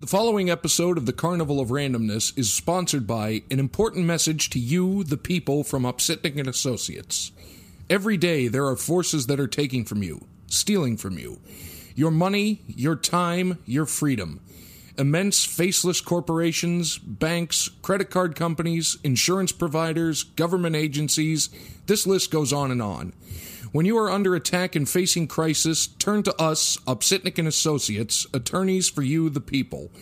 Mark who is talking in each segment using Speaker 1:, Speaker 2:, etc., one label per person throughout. Speaker 1: The following episode of the Carnival of Randomness is sponsored by an important message to you, the people, from Upsitnik and Associates. Every day there are forces that are taking from you, stealing from you. Your money, your time, your freedom. Immense faceless corporations, banks, credit card companies, insurance providers, government agencies, this list goes on and on. When you are under attack and facing crisis, turn to us, Upsitnik and Associates, attorneys for you, the people.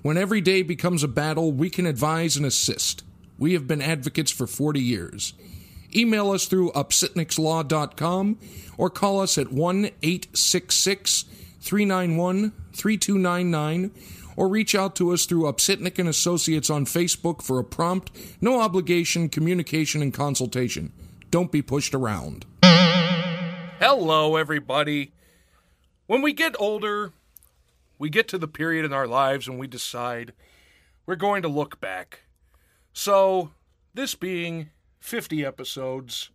Speaker 1: When every day becomes a battle, we can advise and assist. We have been advocates for 40 years. Email us through upsitnikslaw.com or call us at 1 866 391 3299 or reach out to us through Upsitnik and Associates on Facebook for a prompt, no obligation communication and consultation. Don't be pushed around. Hello, everybody. When we get older, we get to the period in our lives when we decide we're going to look back. So, this being 50 episodes,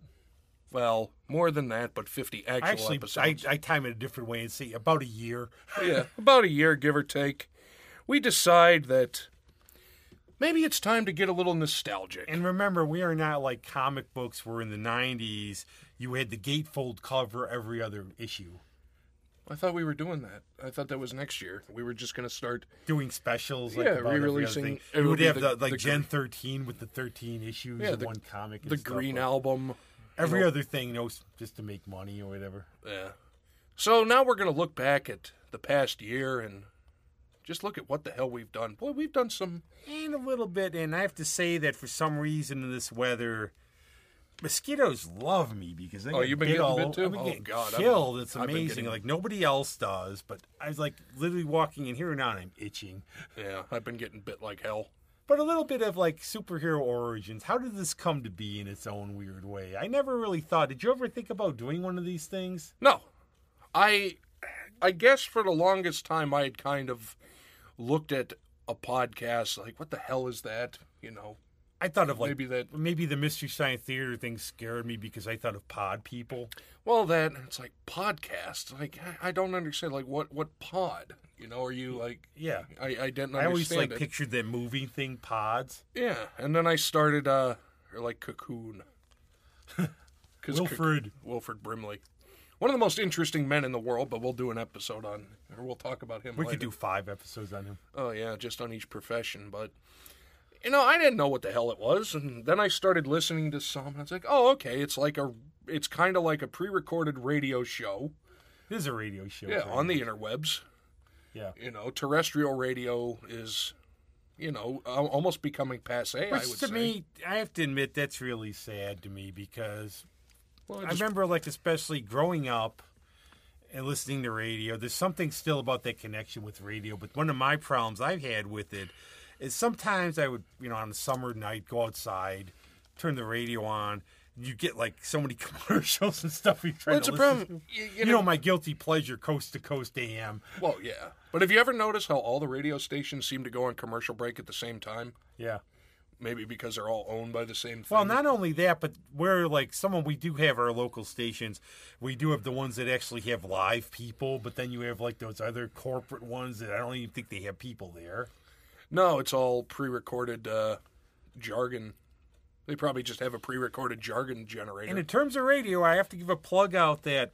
Speaker 1: well, more than that, but 50 actual
Speaker 2: I actually, I,
Speaker 1: episodes.
Speaker 2: I time it a different way and see about a year.
Speaker 1: yeah, about a year, give or take, we decide that maybe it's time to get a little nostalgic.
Speaker 2: And remember, we are not like comic books were in the '90s. You had the gatefold cover every other issue,
Speaker 1: I thought we were doing that. I thought that was next year. We were just going to start.
Speaker 2: doing specials. Like,
Speaker 1: Yeah,
Speaker 2: about every other
Speaker 1: re-releasing-
Speaker 2: thing.
Speaker 1: it
Speaker 2: You
Speaker 1: would
Speaker 2: would
Speaker 1: be
Speaker 2: have
Speaker 1: the-
Speaker 2: the, like
Speaker 1: the
Speaker 2: Gen
Speaker 1: green-
Speaker 2: 13 with the 13 issues
Speaker 1: Yeah,
Speaker 2: in
Speaker 1: the-
Speaker 2: one comic. And
Speaker 1: the
Speaker 2: stuff,
Speaker 1: Green
Speaker 2: like,
Speaker 1: Album.
Speaker 2: Every
Speaker 1: you know.
Speaker 2: other thing, you know, s- just to make money or whatever.
Speaker 1: Yeah. So now we're going to look back at the past year and just look at what the hell we've done. Boy, we've done some.
Speaker 2: And a little bit, and I have to say that for some reason in this weather, mosquitoes love me because they
Speaker 1: Oh,
Speaker 2: get
Speaker 1: you've been
Speaker 2: bit
Speaker 1: getting
Speaker 2: all
Speaker 1: bit
Speaker 2: over-
Speaker 1: too?
Speaker 2: I've been
Speaker 1: Oh,
Speaker 2: getting
Speaker 1: God, I've been-
Speaker 2: killed. It's
Speaker 1: I've been
Speaker 2: amazing.
Speaker 1: getting-
Speaker 2: Like nobody else does, but I was like literally walking in here and out, I'm itching.
Speaker 1: Yeah, I've been getting bit like hell.
Speaker 2: But a little bit of like superhero origins. How did this come to be in its own weird way? I never really thought. Did you ever think about doing one of these things?
Speaker 1: No, I, I guess for the longest time I had kind of looked at a podcast like, what the hell is that? You know,
Speaker 2: I thought of like
Speaker 1: Maybe that-
Speaker 2: maybe the mystery science theater thing scared me because I thought of pod people.
Speaker 1: well that and it's like podcast. Like I, I don't understand. Like what what pod? You know, are you like?
Speaker 2: Yeah.
Speaker 1: I I didn't. Understand
Speaker 2: I always like
Speaker 1: it.
Speaker 2: pictured that movie thing, pods.
Speaker 1: Yeah, and then I started uh or like Cocoon. Cuz
Speaker 2: Wilfred.
Speaker 1: Wilfred Brimley. One of the most interesting men in the world, but we'll do an episode on or we'll talk about him
Speaker 2: We
Speaker 1: later.
Speaker 2: could do five episodes on him.
Speaker 1: Oh yeah, just on each profession, but you know, I didn't know what the hell it was, and then I started listening to some and I was like, "Oh, okay, it's like a it's kind of like a pre-recorded radio show."
Speaker 2: This is a radio show.
Speaker 1: Yeah,
Speaker 2: so-
Speaker 1: on the interwebs.
Speaker 2: yeah.
Speaker 1: You know, terrestrial radio is you know, al- almost becoming passé, I
Speaker 2: Which
Speaker 1: would
Speaker 2: to
Speaker 1: say.
Speaker 2: me, I have to admit, that's really sad to me because
Speaker 1: Well, I
Speaker 2: I
Speaker 1: just-
Speaker 2: remember, like, especially growing up and listening to radio, there's something still about that connection with radio. But one of my problems I've had with it is sometimes I would, you know, on a summer night, go outside, turn the radio on. You get like so many commercials and stuff. We try
Speaker 1: Well, it's a
Speaker 2: to listen
Speaker 1: problem.
Speaker 2: to.
Speaker 1: You- you
Speaker 2: You, know,
Speaker 1: know-
Speaker 2: my guilty pleasure, coast to coast AM.
Speaker 1: Well, yeah. But have you ever noticed how all the radio stations seem to go on commercial break at the same time?
Speaker 2: Yeah.
Speaker 1: Maybe because they're all owned by the same thing.
Speaker 2: Well, not only that, but we're like someone we do have our local stations. We do have the ones that actually have live people, but then you have like those other corporate ones that I don't even think they have people there.
Speaker 1: no, it's all pre-recorded uh, jargon. They probably just have a pre-recorded jargon generator.
Speaker 2: And in terms of radio, I have to give a plug out that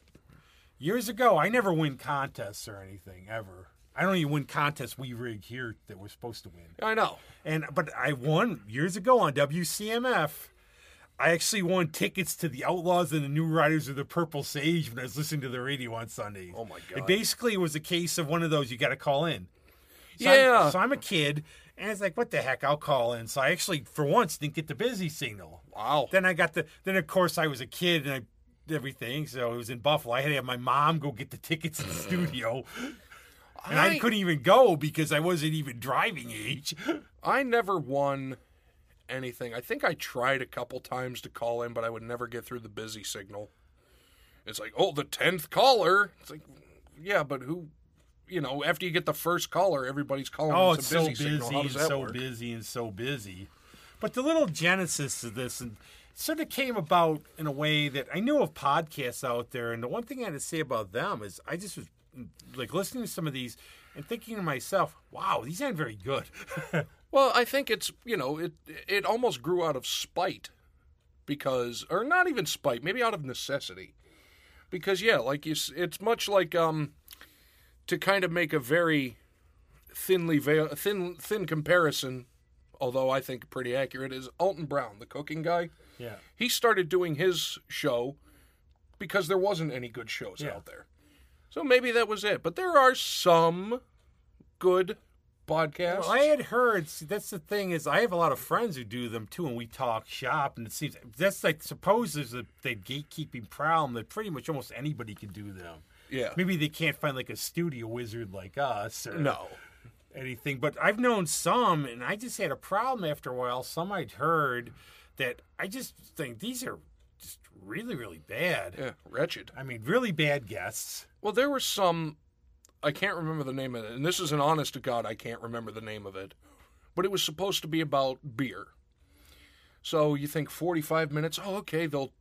Speaker 2: years ago I never win contests or anything ever. I don't even win contests we rig here that we're supposed to win.
Speaker 1: I know.
Speaker 2: And but I won years ago on WCMF. I actually won tickets to the Outlaws and the New Riders of the Purple Sage when I was listening to the radio on Sundays.
Speaker 1: Oh, my God.
Speaker 2: It basically was a case of one of those you got to call in. So
Speaker 1: Yeah.
Speaker 2: I'm, so I'm a kid, and it's like, what the heck? I'll call in. So I actually, for once, didn't get the busy signal.
Speaker 1: Wow.
Speaker 2: Then I got the. Then of course I was a kid and I did everything. So it was in Buffalo. I had to have my mom go get the tickets in the studio, and I,
Speaker 1: I-
Speaker 2: couldn't even go because I wasn't even driving age.
Speaker 1: I never won anything. I think I tried a couple times to call in, but I would never get through the busy signal. It's like, oh, the tenth caller. It's like, yeah, but who? You know, after you get the first caller, everybody's calling.
Speaker 2: Oh,
Speaker 1: a
Speaker 2: it's so
Speaker 1: busy
Speaker 2: busy
Speaker 1: signal. How
Speaker 2: and
Speaker 1: does that
Speaker 2: so
Speaker 1: work?
Speaker 2: busy and so busy. But the little genesis of this and sort of came about in a way that I knew of podcasts out there, and the one thing I had to say about them is I just was like listening to some of these and thinking to myself, wow, these aren't very good.
Speaker 1: Well, I think it's you know it it almost grew out of spite, because or not even spite, maybe out of necessity, because yeah, like you, s- it's much like um, to kind of make a very thinly veil, thin thin comparison, although I think pretty accurate is Alton Brown, the cooking guy.
Speaker 2: yeah.
Speaker 1: He started doing his show because there wasn't any good shows
Speaker 2: Yeah.
Speaker 1: out there, so maybe that was it. But there are some good podcasts.
Speaker 2: Well, I had heard. See, that's the thing is, I have a lot of friends who do them too, and we talk shop, and it seems that's like suppose there's a the gatekeeping problem that pretty much almost anybody can do them.
Speaker 1: yeah.
Speaker 2: Maybe they can't find like a studio wizard like us or
Speaker 1: No.
Speaker 2: anything. But I've known some, and I just had a problem after a while. Some I'd heard that I just think these are just really, really bad.
Speaker 1: Yeah, wretched.
Speaker 2: I mean, really bad guests.
Speaker 1: Well, there were some. I can't remember the name of it, and this is an honest to God, I can't remember the name of it. But it was supposed to be about beer. So you think 45 minutes? Oh, okay, they'll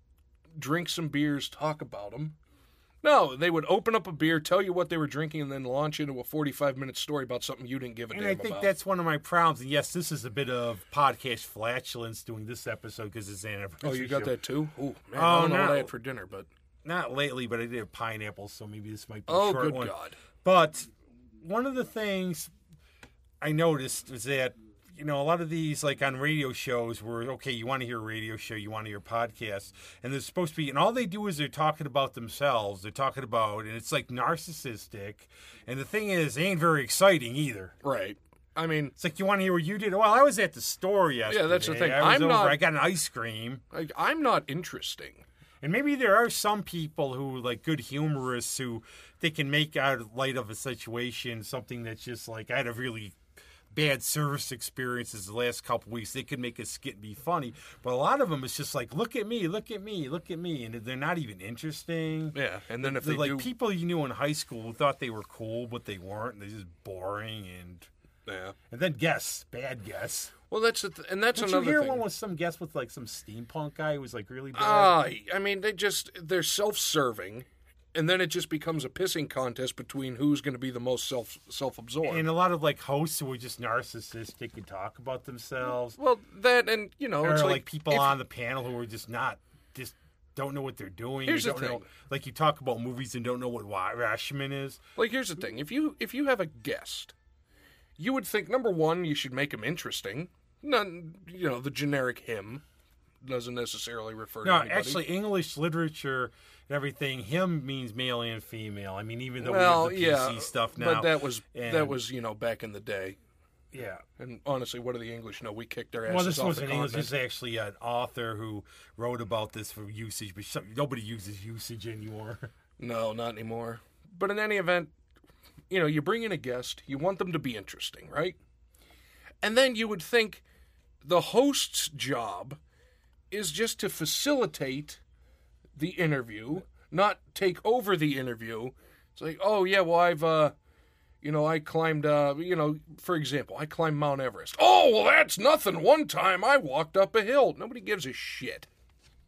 Speaker 1: drink some beers, talk about them. No, they would open up a beer, tell you what they were drinking, and then launch into a 45 minute story about something you didn't give a
Speaker 2: And
Speaker 1: damn
Speaker 2: I think
Speaker 1: about.
Speaker 2: that's one of my problems. And yes, this is a bit of podcast flatulence doing this episode because it's an anniversary.
Speaker 1: oh, you got
Speaker 2: show.
Speaker 1: that too? Ooh, man, I
Speaker 2: Oh,
Speaker 1: don't know what
Speaker 2: no.
Speaker 1: I had for dinner, but.
Speaker 2: Not lately, but I did have pineapples, so maybe this might be a
Speaker 1: Oh,
Speaker 2: short
Speaker 1: good
Speaker 2: one.
Speaker 1: God.
Speaker 2: But one of the things I noticed is that you know a lot of these like on radio shows where okay you want to hear a radio show you want to hear podcasts and there's supposed to be and all they do is they're talking about themselves they're talking about and it's like narcissistic and the thing is they ain't very exciting either
Speaker 1: Right. I mean,
Speaker 2: it's like you want to hear what you did well i was at the store yesterday
Speaker 1: that's the thing.
Speaker 2: I was
Speaker 1: I'm
Speaker 2: over,
Speaker 1: not-
Speaker 2: i got an ice cream
Speaker 1: like, I'm not interesting.
Speaker 2: and maybe there are some people who like good humorists who they can make out of light of a situation something that's just like I had a really bad service experiences the last couple weeks. They could make a skit and be funny, but a lot of them it's just like look at me, look at me, look at me, and they're not even interesting.
Speaker 1: Yeah. And then if
Speaker 2: They're
Speaker 1: they
Speaker 2: like
Speaker 1: do.
Speaker 2: people you knew in high school who thought they were cool, but they weren't. and They're just boring and
Speaker 1: yeah.
Speaker 2: and then guests, bad guests.
Speaker 1: Well, that's the th- and that's
Speaker 2: Did you
Speaker 1: another
Speaker 2: hear
Speaker 1: thing.
Speaker 2: one with some guest with like some steampunk guy who was like really bad?
Speaker 1: Ah, I mean, they just they're self-serving, and then it just becomes a pissing contest between who's going to be the most self self-absorbed.
Speaker 2: and a lot of like hosts who are just narcissistic and talk about themselves,
Speaker 1: well, that and you know,
Speaker 2: or
Speaker 1: it's
Speaker 2: like,
Speaker 1: like,
Speaker 2: people
Speaker 1: if-
Speaker 2: on the panel who are just not just don't know what they're doing.
Speaker 1: Here's the
Speaker 2: you don't know,
Speaker 1: thing.
Speaker 2: like you talk about movies and don't know what Wa- Rashomon is.
Speaker 1: Like here's the thing: if you if you have a guest, you would think number one you should make him interesting. None, you know, the generic him doesn't necessarily refer
Speaker 2: No,
Speaker 1: to anybody.
Speaker 2: actually, English literature and everything. Him means male and female. I mean, even though
Speaker 1: well,
Speaker 2: we have the PC
Speaker 1: yeah,
Speaker 2: stuff now,
Speaker 1: but that was that
Speaker 2: and-
Speaker 1: was you know back in the day.
Speaker 2: yeah.
Speaker 1: And honestly, what do the English know? We kicked their asses
Speaker 2: Well, this
Speaker 1: off
Speaker 2: was
Speaker 1: the
Speaker 2: an English.
Speaker 1: continent.
Speaker 2: This is actually an author who wrote about this for usage, but some, nobody uses usage anymore.
Speaker 1: No, not anymore. But in any event, you know, you bring in a guest, you want them to be interesting, right? And then you would think the host's job is just to facilitate the interview, not take over the interview. It's like, oh yeah, well I've uh you know, I climbed uh you know, for example, I climbed Mount Everest. Oh well that's nothing. One time I walked up a hill. Nobody gives a shit.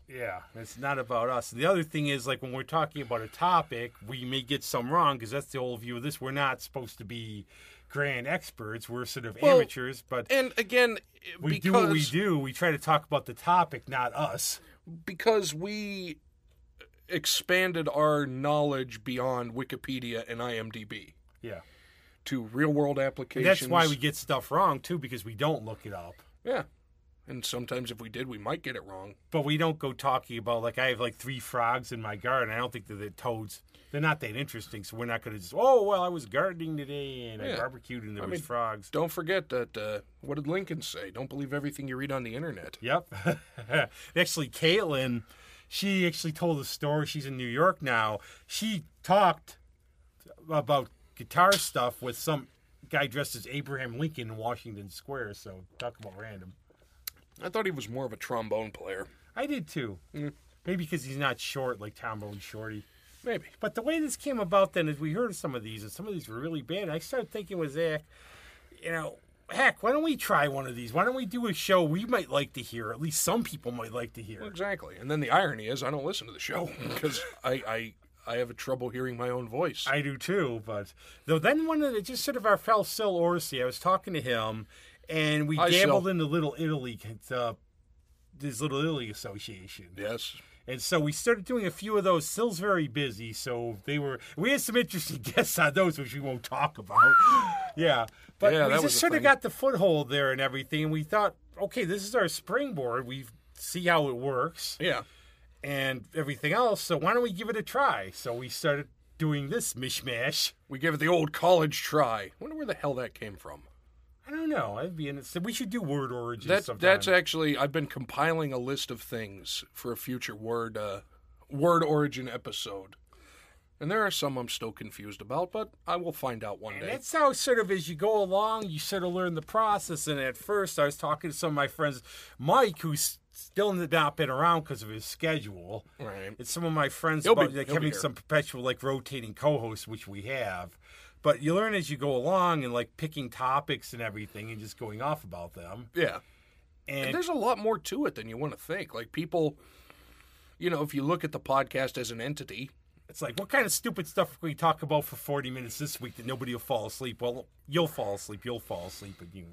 Speaker 2: Yeah, it's not about us. The other thing is, like, when we're talking about a topic, we may get some wrong because that's the whole view of this. We're not supposed to be grand experts. We're sort of
Speaker 1: Well,
Speaker 2: amateurs, but
Speaker 1: And again,
Speaker 2: we
Speaker 1: because
Speaker 2: do what we do. We try to talk about the topic, not us.
Speaker 1: because we expanded our knowledge beyond Wikipedia and IMDb
Speaker 2: Yeah.
Speaker 1: to real world applications.
Speaker 2: That's why we get stuff wrong, too, because we don't look it up.
Speaker 1: yeah. And sometimes if we did, we might get it wrong.
Speaker 2: But we don't go talking about, like, I have like three frogs in my garden. I don't think that they're toads. They're not that interesting, so we're not going to just, oh, well, I was gardening today and
Speaker 1: Yeah.
Speaker 2: I barbecued and there
Speaker 1: mean,
Speaker 2: was frogs.
Speaker 1: Don't forget that uh, what did Lincoln say? Don't believe everything you read on the internet.
Speaker 2: Yep. actually, Caitlin, she actually told a story. She's in New York now. She talked about guitar stuff with some guy dressed as Abraham Lincoln in Washington Square. So talk about random.
Speaker 1: I thought he was more of a trombone player.
Speaker 2: I did too. Maybe because he's not short like Tom Bone Shorty.
Speaker 1: Maybe.
Speaker 2: But the way this came about then is we heard of some of these, and some of these were really bad. And I started thinking with Zach, you know, heck, why don't we try one of these? Why don't we do a show we might like to hear? At least some people might like to hear.
Speaker 1: Exactly. And then the irony is I don't listen to the show because I, I I have a trouble hearing my own voice.
Speaker 2: I do too, but though then one of the just sort of our fell Sil Orsi, I was talking to him, and we
Speaker 1: Hi, Sil.
Speaker 2: dabbled into Little Italy, uh, this Little Italy Association,
Speaker 1: yes.
Speaker 2: and so we started doing a few of those. Sil's very busy, so they were we had some interesting guests on those, which we won't talk about. yeah, but
Speaker 1: Yeah,
Speaker 2: we
Speaker 1: that was
Speaker 2: just
Speaker 1: a
Speaker 2: sort of
Speaker 1: thing.
Speaker 2: got the foothold there and everything. And we thought, okay, this is our springboard. We see how it works
Speaker 1: Yeah.
Speaker 2: and everything else. So why don't we give it a try? So we started doing this mishmash.
Speaker 1: We gave it the old college try. Wonder where the hell that came from.
Speaker 2: I don't know. I'd be interested. We should do word origins
Speaker 1: That
Speaker 2: sometime.
Speaker 1: that's actually I've been compiling a list of things for a future word uh, word origin episode, and there are some I'm still confused about, but I will find out one
Speaker 2: And
Speaker 1: day.
Speaker 2: that's how sort of as you go along, you sort of learn the process. And at first, I was talking to some of my friends, Mike, who's still not been around because of his schedule.
Speaker 1: Right.
Speaker 2: And some of my friends
Speaker 1: He'll be-
Speaker 2: about like
Speaker 1: he'll be
Speaker 2: having
Speaker 1: here.
Speaker 2: some perpetual like rotating co-hosts, which we have. But you learn as you go along and like picking topics and everything and just going off about them.
Speaker 1: Yeah,
Speaker 2: And,
Speaker 1: and there's a lot more to it than you want to think. Like people, you know, if you look at the podcast as an entity,
Speaker 2: It's like, what kind of stupid stuff can we talk about for 40 minutes this week that nobody will fall asleep? Well, you'll fall asleep. You'll fall asleep, and you,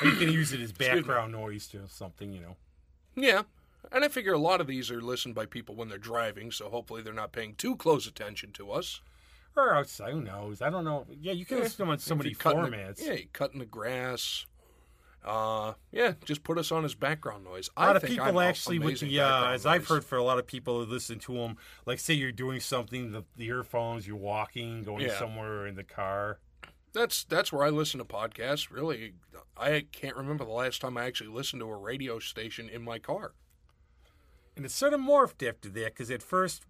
Speaker 2: or you can use it as background noise to something, you know.
Speaker 1: yeah. And I figure a lot of these are listened by people when they're driving, so hopefully they're not paying too close attention to us.
Speaker 2: Or outside, who knows? I don't know. Yeah, you can listen to them on so
Speaker 1: If
Speaker 2: many
Speaker 1: you're cutting the-
Speaker 2: formats.
Speaker 1: yeah, you're cutting the grass. Uh, yeah, just put us on as background noise.
Speaker 2: A lot of
Speaker 1: I think
Speaker 2: people
Speaker 1: I'm a-
Speaker 2: actually, with
Speaker 1: amazing
Speaker 2: the, uh,
Speaker 1: background
Speaker 2: as I've
Speaker 1: noise.
Speaker 2: heard for a lot of people who listen to them, like say you're doing something, the, the earphones, you're walking, going
Speaker 1: Yeah.
Speaker 2: somewhere in the car.
Speaker 1: that's that's where I listen to podcasts. Really, I can't remember the last time I actually listened to a radio station in my car.
Speaker 2: And it sort of morphed after that because at first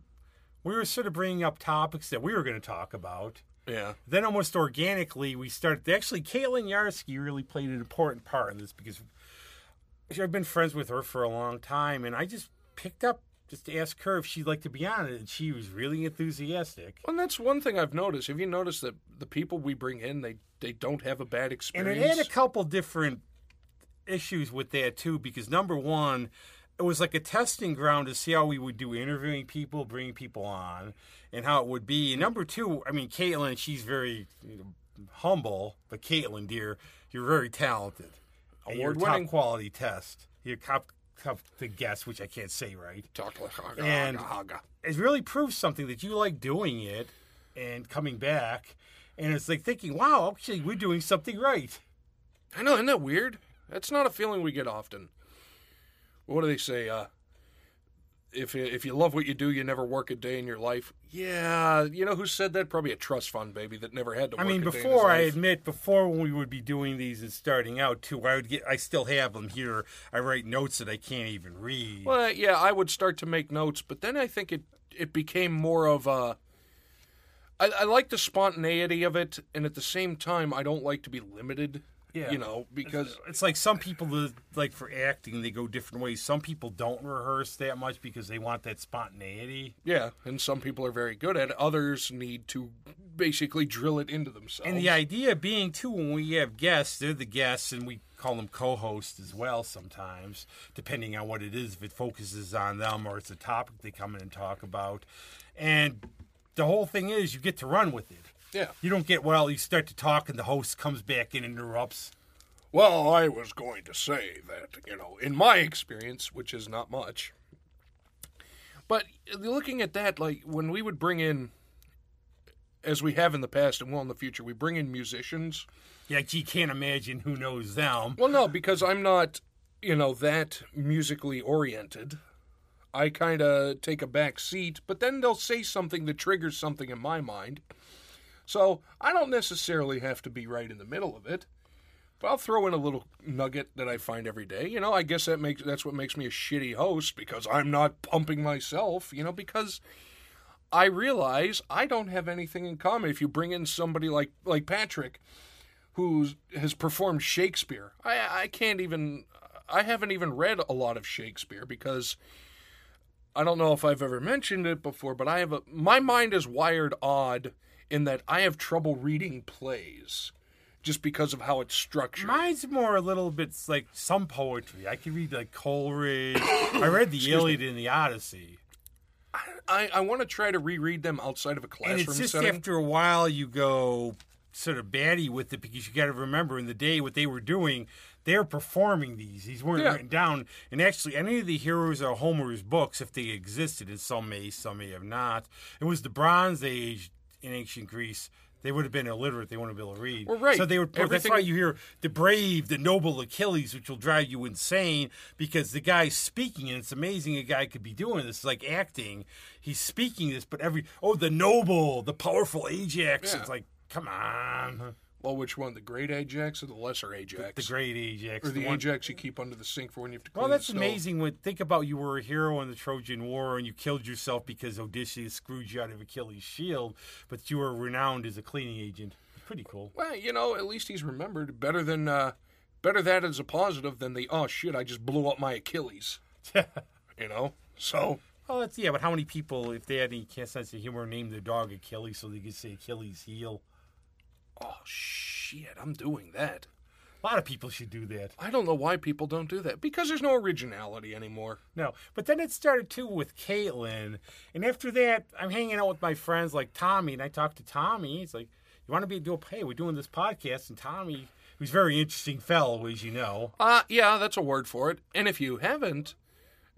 Speaker 2: we were sort of bringing up topics that we were going to talk about.
Speaker 1: Yeah,
Speaker 2: then almost organically we started actually Caitlin Yarsky really played an important part in this because I've been friends with her for a long time and I just picked up just to ask her if she'd like to be on it and she was really enthusiastic.
Speaker 1: and that's one thing I've noticed. Have you noticed that the people we bring in they they don't have a bad
Speaker 2: And
Speaker 1: experience?
Speaker 2: it had a couple different issues with that too because number one it was like a testing ground to see how we would do interviewing people, bringing people on, and how it would be. And number two, I mean, Caitlin, she's very you know, humble, but Caitlin, dear, you're very talented. And you're a
Speaker 1: Award-winning.
Speaker 2: top quality test. You're top, top the guess, which I can't say right.
Speaker 1: Talk like haga,
Speaker 2: And-
Speaker 1: haga, haga.
Speaker 2: It really proves something that you like doing it and coming back. And it's like thinking, wow, actually, we're doing something right.
Speaker 1: I know, isn't that weird? That's not a feeling we get often. What do they say? Uh, if you- if you love what you do, you never work a day in your life. Yeah, you know who said that? Probably a trust fund baby that never had to.
Speaker 2: I
Speaker 1: work
Speaker 2: mean,
Speaker 1: a day in his
Speaker 2: before I
Speaker 1: life.
Speaker 2: admit, before when we would be doing these and starting out too, I would get. I still have them here. I write notes that I can't even read.
Speaker 1: Well, yeah, I would start to make notes, but then I think it it became more of a. I, I like the spontaneity of it, and at the same time, I don't like to be limited.
Speaker 2: Yeah.
Speaker 1: you know, because
Speaker 2: it's like some people that- like for acting they go different ways. Some people don't rehearse that much because they want that spontaneity.
Speaker 1: yeah, and some people are very good at it. Others need to basically drill it into themselves.
Speaker 2: And the idea being too, when we have guests, they're the guests, and we call them co-hosts as well sometimes, depending on what it is. If it focuses on them or it's a topic they come in and talk about, and the whole thing is you get to run with it.
Speaker 1: yeah.
Speaker 2: You don't get well. You start to talk, and the host comes back and interrupts.
Speaker 1: Well, I was going to say that, you know, in my experience, which is not much, but looking at that, like when we would bring in, as we have in the past and will in the future, we bring in musicians.
Speaker 2: Yeah, you can't imagine who knows them.
Speaker 1: Well, no, because I'm not, you know, that musically oriented. I kind of take a back seat, but then they'll say something that triggers something in my mind. So I don't necessarily have to be right in the middle of it. But I'll throw in a little nugget that I find every day. You know, I guess that makes that's what makes me a shitty host because I'm not pumping myself, you know, because I realize I don't have anything in common. If you bring in somebody like like Patrick, who has performed Shakespeare. I, I can't even. I haven't even read a lot of Shakespeare because I don't know if I've ever mentioned it before, but I have a my mind is wired odd in that I have trouble reading plays just because of how it's structured.
Speaker 2: Mine's more a little bit like some poetry. I can read like Coleridge. I read the Iliad and the Odyssey.
Speaker 1: I, I want to try to reread them outside of a classroom
Speaker 2: and it's just
Speaker 1: setting.
Speaker 2: after a while you go sort of batty with it because you got to remember in the day what they were doing they were performing these these weren't
Speaker 1: Yeah.
Speaker 2: written down and actually any of the heroes of homer's books if they existed and some may some may have not it was the bronze age in ancient greece they would have been illiterate. They wouldn't have been able to read.
Speaker 1: Well, right.
Speaker 2: So they would. That's
Speaker 1: Everything-
Speaker 2: why you hear the brave, the noble Achilles, which will drive you insane because the guy's speaking, and it's amazing a guy could be doing this. It's like acting. He's speaking this, but every oh, the noble, the powerful Ajax.
Speaker 1: Yeah.
Speaker 2: It's like, come on,
Speaker 1: well, which one, the great Ajax or the lesser Ajax?
Speaker 2: the great Ajax.
Speaker 1: or the,
Speaker 2: one-
Speaker 1: Ajax you keep under the sink for when you have to clean
Speaker 2: Well,
Speaker 1: the
Speaker 2: that's
Speaker 1: stove.
Speaker 2: amazing. When think about you were a hero in the Trojan War and you killed yourself because Odysseus screwed you out of Achilles' shield, but you were renowned as a cleaning agent. Pretty cool.
Speaker 1: Well, you know, at least he's remembered better than uh, better that as a positive than the oh shit, I just blew up my Achilles. you know, so
Speaker 2: Oh, that's yeah. But how many people, if they had any sense of humor, named their dog Achilles so they could say Achilles' heel?
Speaker 1: oh shit, I'm doing that.
Speaker 2: A lot of people should do that.
Speaker 1: I don't know why people don't do that because there's no originality anymore.
Speaker 2: No, but then it started too with Caitlin, and after that, I'm hanging out with my friends like Tommy, and I talk to Tommy. He's like, "You want to be do a hey? We're doing this podcast," and Tommy, who's a very interesting fellow, as you know.
Speaker 1: Uh, yeah, that's a word for it. And if you haven't,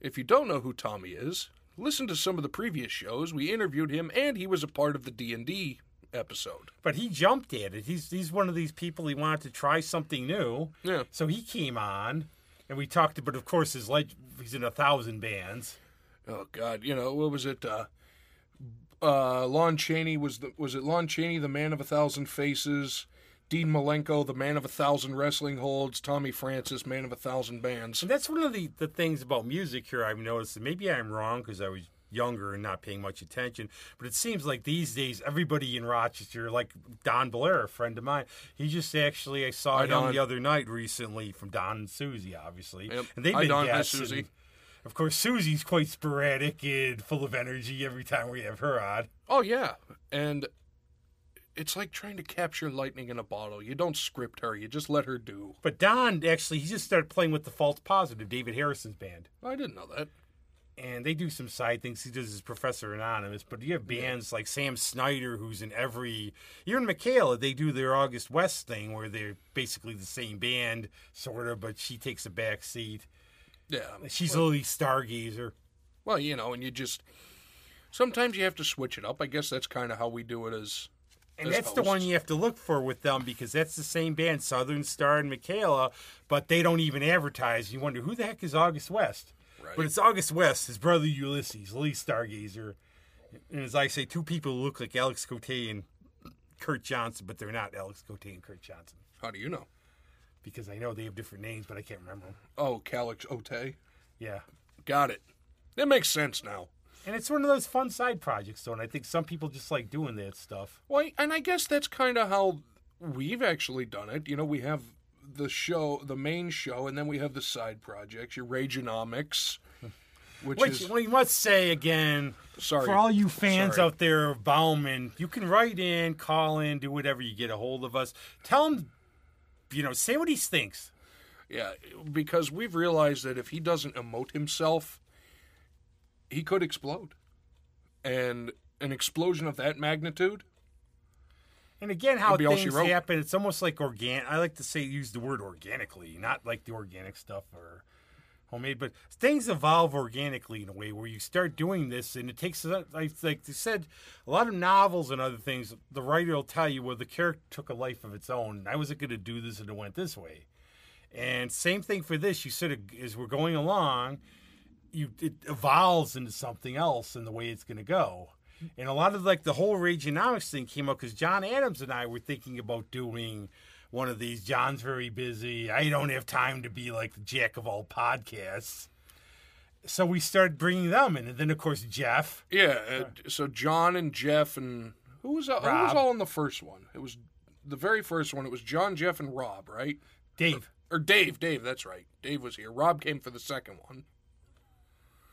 Speaker 1: if you don't know who Tommy is, listen to some of the previous shows. We interviewed him, and he was a part of the D and D episode.
Speaker 2: But he jumped at it. He's he's one of these people. He wanted to try something new.
Speaker 1: Yeah.
Speaker 2: So he came on, and we talked. But of course, his leg, he's in a thousand bands.
Speaker 1: Oh God, you know what was it? Uh, uh, Lon Chaney was the was it Lon Chaney, the man of a thousand faces? Dean Malenko, the man of a thousand wrestling holds. Tommy Francis, man of a thousand bands.
Speaker 2: And that's one of the, the things about music here I've noticed, and maybe I'm wrong because I was younger and not paying much attention, but it seems like these days everybody in Rochester, like Don Blair, a friend of mine, he just actually, I saw
Speaker 1: Hi,
Speaker 2: him
Speaker 1: Don.
Speaker 2: the other night recently from Don and Susie, obviously.
Speaker 1: Yep.
Speaker 2: And they've
Speaker 1: Hi,
Speaker 2: been
Speaker 1: Don. Hi,
Speaker 2: guests, and
Speaker 1: Susie.
Speaker 2: Of course, Susie's quite sporadic and full of energy every time we have her on.
Speaker 1: Oh yeah, and it's like trying to capture lightning in a bottle. You don't script her; you just let her do.
Speaker 2: But Don, actually, he just started playing with the False Positive, David Harrison's band.
Speaker 1: I didn't know that.
Speaker 2: and they do some side things. He does his Professor Anonymous, but you have bands like Sam Snyder, who's in every. Even Michaela, they do their August West thing where they're basically the same band, sort of, but she takes a back seat.
Speaker 1: Yeah,
Speaker 2: She's a little stargazer.
Speaker 1: Well, you know, and you just sometimes you have to switch it up. I guess that's kind of how we do it as.
Speaker 2: And
Speaker 1: as
Speaker 2: that's the one
Speaker 1: hosts.
Speaker 2: you have to look for with them because that's the same band, Southern Star and Michaela, but they don't even advertise. You wonder who the heck is August West?
Speaker 1: Right.
Speaker 2: But it's August West, his brother Ulysses, Lee Stargazer. And as I say, two people who look like Alex Cote and Kurt Johnson, but they're not Alex Cote and Kurt Johnson
Speaker 1: How do you know?
Speaker 2: because I know they have different names, but I can't remember them.
Speaker 1: Oh, Calix Ote.
Speaker 2: Yeah.
Speaker 1: Got it. That makes sense now.
Speaker 2: And it's one of those fun side projects, though, and I think some people just like doing that stuff.
Speaker 1: Well, and I guess that's kind of how we've actually done it. You know, we have the show, the main show, and then we have the side projects. Your Rageonomics, which
Speaker 2: Which
Speaker 1: is
Speaker 2: we must say again,
Speaker 1: Sorry.
Speaker 2: for all you fans
Speaker 1: Sorry.
Speaker 2: out there of Bauman, you can write in, call in, do whatever you get a hold of us. Tell him, you know, say what he thinks.
Speaker 1: yeah, because we've realized that if he doesn't emote himself, he could explode, and an explosion of that magnitude
Speaker 2: And again, how
Speaker 1: That'd be all she
Speaker 2: things
Speaker 1: wrote.
Speaker 2: happen, it's almost like organic. I like to say, use the word organically, not like the organic stuff or homemade, but things evolve organically in a way where you start doing this, and it takes, a- like like you said, a lot of novels and other things, the writer will tell you, well, the character took a life of its own. and I wasn't going to do this, and it went this way. And same thing for this. You sort of, as we're going along, you it evolves into something else in the way it's going to go. And a lot of like the whole Reaganomics thing came up because John Adams and I were thinking about doing one of these. John's very busy. I don't have time to be like the jack of all podcasts. So we started bringing them in, and then of course Jeff.
Speaker 1: Yeah. Uh, so John and Jeff and who was who was
Speaker 2: Rob.
Speaker 1: all in the first one? It was the very first one. It was John, Jeff, and Rob, right?
Speaker 2: Dave.
Speaker 1: Or Dave. Dave. That's right. Dave was here. Rob came for the second one,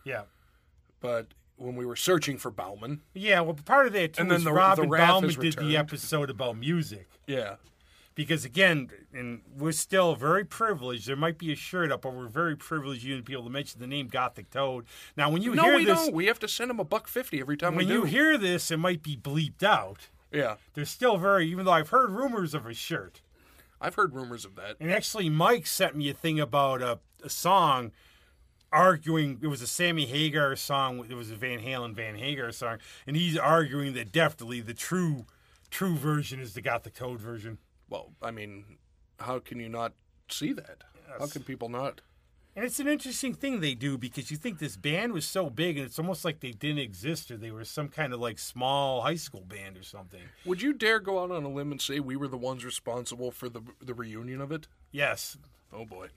Speaker 2: Yeah.
Speaker 1: but when we were searching for Bauman,
Speaker 2: Yeah, well, part of that too
Speaker 1: And then
Speaker 2: is
Speaker 1: the-
Speaker 2: Rob
Speaker 1: the
Speaker 2: and
Speaker 1: Wrath
Speaker 2: Bauman
Speaker 1: is
Speaker 2: did the
Speaker 1: returned.
Speaker 2: episode about music.
Speaker 1: yeah,
Speaker 2: because again, and we're still very privileged. There might be a shirt up, but we're very privileged you to be able to mention the name Gothic Toad. Now, when you
Speaker 1: No,
Speaker 2: hear
Speaker 1: we
Speaker 2: this,
Speaker 1: don't. We have to send him a buck fifty every time
Speaker 2: when
Speaker 1: we do.
Speaker 2: you hear this, it might be bleeped out.
Speaker 1: yeah,
Speaker 2: They're still very, even though I've heard rumors of a shirt.
Speaker 1: I've heard rumors of that.
Speaker 2: And actually, Mike sent me a thing about a, a song arguing it was a Sammy Hagar song. It was a Van Halen Van Hagar song, and he's arguing that definitely the true true version is the Gothic Toad version.
Speaker 1: Well, I mean, how can you not see that? How can people not?
Speaker 2: And it's an interesting thing they do because you think this band was so big, and it's almost like they didn't exist or they were some kind of like small high school band or something.
Speaker 1: Would you dare go out on a limb and say we were the ones responsible for the the reunion of it?
Speaker 2: Yes,
Speaker 1: Oh boy.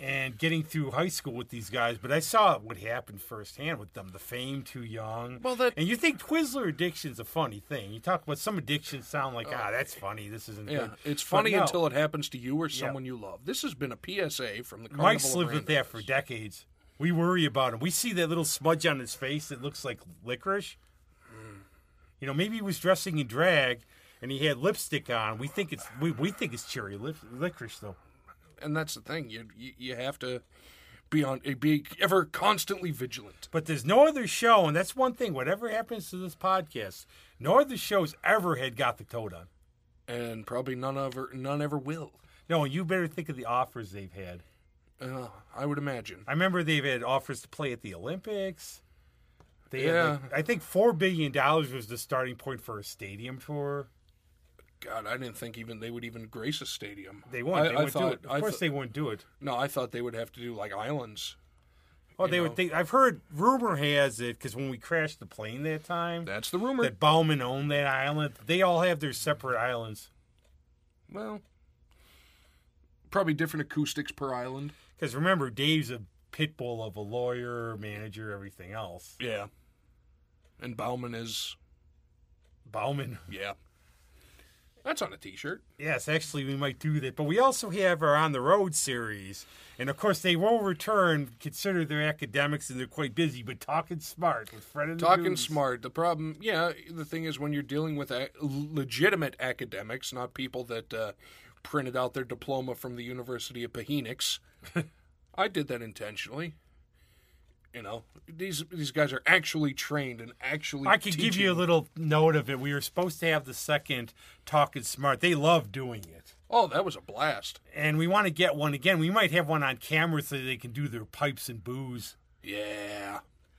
Speaker 2: and getting through high school with these guys, but I saw what happened firsthand with them. The fame too young.
Speaker 1: Well, that-
Speaker 2: and you think Twizzler addiction's a funny thing. You talk about some addictions sound like ah, that's funny. This isn't.
Speaker 1: Oh. Yeah,
Speaker 2: good.
Speaker 1: it's
Speaker 2: But
Speaker 1: funny
Speaker 2: no,
Speaker 1: until it happens to you or someone you love. This has been a PSA from the Carnival
Speaker 2: Mike's
Speaker 1: of
Speaker 2: lived with that for
Speaker 1: Randomness.
Speaker 2: decades. We worry about him. We see that little smudge on his face that looks like licorice. You know, maybe he was dressing in drag and he had lipstick on. We think it's we, we think it's cherry lip, licorice though.
Speaker 1: and that's the thing. You you, you have to be on be ever constantly vigilant.
Speaker 2: But there's no other show, and that's one thing. Whatever happens to this podcast, no other show's ever had got the toad on.
Speaker 1: and probably none ever none ever will.
Speaker 2: No, and you better think of the offers they've had.
Speaker 1: Uh, I would imagine.
Speaker 2: I remember they've had offers to play at the Olympics. They had,
Speaker 1: Yeah.
Speaker 2: like, I think four billion dollars was the starting point for a stadium tour.
Speaker 1: God, I didn't think even they would even grace a stadium.
Speaker 2: They won't.
Speaker 1: I,
Speaker 2: they
Speaker 1: I
Speaker 2: won't
Speaker 1: thought,
Speaker 2: do it. Of
Speaker 1: I
Speaker 2: course,
Speaker 1: thought-
Speaker 2: they won't do it.
Speaker 1: no, I thought they would have to do like islands.
Speaker 2: Oh, they
Speaker 1: know.
Speaker 2: would think. I've heard rumor has it because when we crashed the plane that time,
Speaker 1: That's the rumor.
Speaker 2: that Bauman owned that island. They all have their separate islands.
Speaker 1: well, probably different acoustics per island.
Speaker 2: Because remember, Dave's a pit bull of a lawyer, manager, everything else.
Speaker 1: Yeah. And Bauman is
Speaker 2: Bauman.
Speaker 1: yeah. That's on a T-shirt.
Speaker 2: Yes, actually, we might do that. But we also have our On the Road series. And of course, they will return, consider their academics and they're quite busy, but Talking Smart with Fred and the
Speaker 1: Talking
Speaker 2: Goons.
Speaker 1: smart. The problem, yeah, the thing is when you're dealing with a- legitimate academics, not people that uh, printed out their diploma from the University of Phoenix. I did that intentionally. You know, these these guys are actually trained and actually.
Speaker 2: I could give you a
Speaker 1: teaching.
Speaker 2: little note of it. We were supposed to have the second Talking Smart. They love doing it.
Speaker 1: Oh, that was a blast!
Speaker 2: And we want to get one again. We might have one on camera so they can do their pipes and booze.
Speaker 1: Yeah,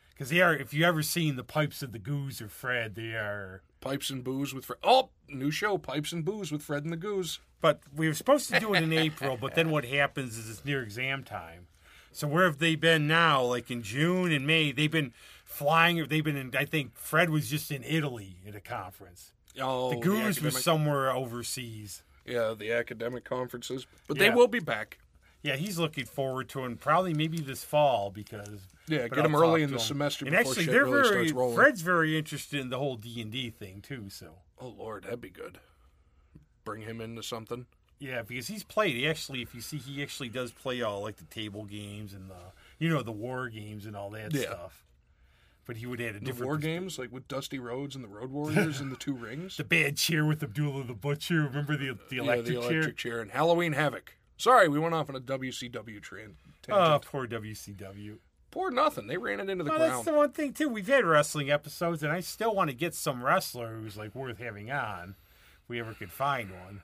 Speaker 2: Because they are, if you ever seen the pipes of the Goose or Fred, they are.
Speaker 1: pipes and booze with Fred. Oh, new show, pipes and booze with Fred and the Goose.
Speaker 2: But we were supposed to do it in April, but then what happens is it's near exam time. So where have they been now? Like in June and May, they've been flying. They've been in. I think Fred was just in Italy at a conference.
Speaker 1: Oh,
Speaker 2: The Goose was
Speaker 1: academic-
Speaker 2: somewhere overseas.
Speaker 1: yeah, the academic conferences, but they
Speaker 2: Yeah.
Speaker 1: will be back.
Speaker 2: Yeah, he's looking forward to it. Probably maybe this fall because
Speaker 1: Yeah,
Speaker 2: but
Speaker 1: get him
Speaker 2: I'll
Speaker 1: early
Speaker 2: talk
Speaker 1: in
Speaker 2: to
Speaker 1: the
Speaker 2: him.
Speaker 1: semester
Speaker 2: And
Speaker 1: before
Speaker 2: actually,
Speaker 1: shit
Speaker 2: they're
Speaker 1: really
Speaker 2: very
Speaker 1: starts rolling.
Speaker 2: Fred's very interested in the whole D and D thing too. So
Speaker 1: Oh Lord, that'd be good. Bring him into something.
Speaker 2: yeah, because he's played. He actually, if you see, he actually does play all like the table games and the you know the war games and all that
Speaker 1: Yeah.
Speaker 2: stuff. But he would add a
Speaker 1: The
Speaker 2: different
Speaker 1: war games, like with Dusty Rhodes and the Road Warriors and the Two Rings.
Speaker 2: the bad chair with Abdullah the butcher. Remember the the
Speaker 1: yeah,
Speaker 2: electric,
Speaker 1: the electric chair. and Halloween Havoc. Sorry, we went off on a WCW train.
Speaker 2: chair? Oh, poor WCW.
Speaker 1: Poor nothing. They ran it into the
Speaker 2: Well, that's
Speaker 1: ground.
Speaker 2: the one thing too. We've had wrestling episodes, and I still want to get some wrestler who's like worth having on. If we ever could find one.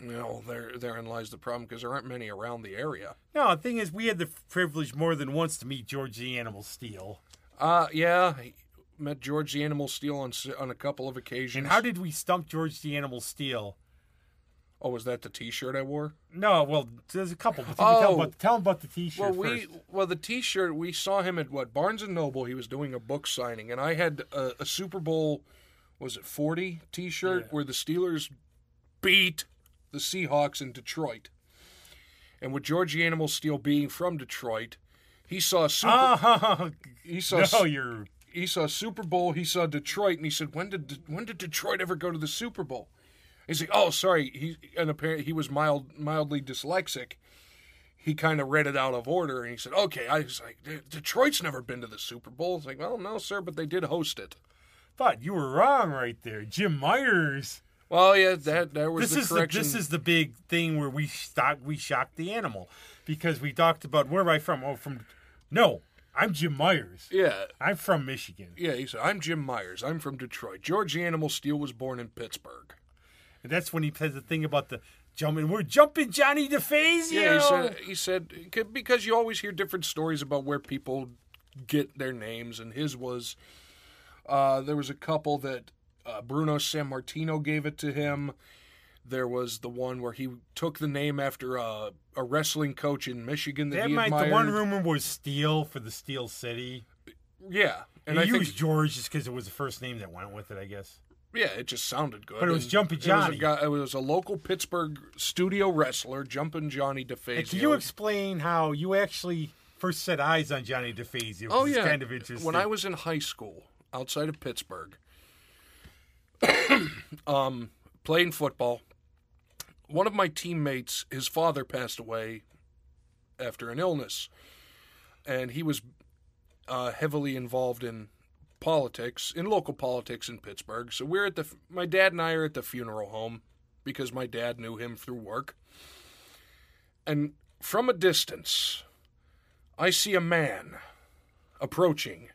Speaker 1: No, there, therein lies the problem because there aren't many around the area.
Speaker 2: No, the thing is, we had the privilege more than once to meet George the Animal Steel.
Speaker 1: Uh, yeah, I met George the Animal Steel on s- on a couple of occasions.
Speaker 2: And how did we stump George the Animal Steel?
Speaker 1: oh, was that the T-shirt I wore?
Speaker 2: No, well, there's a couple. But tell,
Speaker 1: Oh.
Speaker 2: him about, tell him about the T-shirt
Speaker 1: Well, we
Speaker 2: first.
Speaker 1: well the T-shirt we saw him at what Barnes and Noble. He was doing a book signing, and I had a, a Super Bowl, was it forty T-shirt where the Steelers beat the Seahawks in Detroit, and with Georgie Animal Steel being from Detroit, he saw Super
Speaker 2: Oh,
Speaker 1: he saw
Speaker 2: no, you're
Speaker 1: he saw Super Bowl, he saw Detroit, and he said, "When did when did Detroit ever go to the Super Bowl?" He's like, "Oh, sorry." He and apparently he was mild mildly dyslexic. He kind of read it out of order, and he said, "Okay." I was like, "De- "Detroit's never been to the Super Bowl." It's like, "Well, no, sir, but they did host it."
Speaker 2: but you were wrong right there. Jim Myers
Speaker 1: Well, yeah, that that was
Speaker 2: This
Speaker 1: the
Speaker 2: is the,
Speaker 1: correction.
Speaker 2: this is the big thing where we stock we shocked the animal because we talked about where am I from? Oh, from no, I'm Jim Myers.
Speaker 1: yeah,
Speaker 2: I'm from Michigan.
Speaker 1: yeah. He said, "I'm Jim Myers. I'm from Detroit. George the Animal Steel was born in Pittsburgh."
Speaker 2: And that's when he says the thing about the jumping. We're jumping Johnny DeFazio.
Speaker 1: Yeah, he said he said c- because you always hear different stories about where people get their names, and his was uh, there was a couple that uh, Bruno San Martino gave it to him. There was the one where he took the name after a, a wrestling coach in Michigan that,
Speaker 2: that
Speaker 1: he
Speaker 2: might
Speaker 1: admired.
Speaker 2: the one rumor was Steel for the Steel City.
Speaker 1: Yeah, and
Speaker 2: And
Speaker 1: I
Speaker 2: he
Speaker 1: think
Speaker 2: used George just because it was the first name that went with it, I guess.
Speaker 1: yeah, it just sounded good.
Speaker 2: But it was
Speaker 1: and
Speaker 2: Jumpin' Johnny.
Speaker 1: It was, a guy, it was a local Pittsburgh studio wrestler, Jumpin' Johnny
Speaker 2: And
Speaker 1: DeFazio.
Speaker 2: can you explain how you actually first set eyes on Johnny DeFazio?
Speaker 1: Oh
Speaker 2: It's
Speaker 1: yeah,
Speaker 2: kind of interesting.
Speaker 1: When I was in high school, outside of Pittsburgh, um, playing football, one of my teammates, his father passed away after an illness, and he was uh, heavily involved in politics, in local politics in Pittsburgh. So we're at the my dad and I are at the funeral home because my dad knew him through work, and from a distance. I see a man approaching.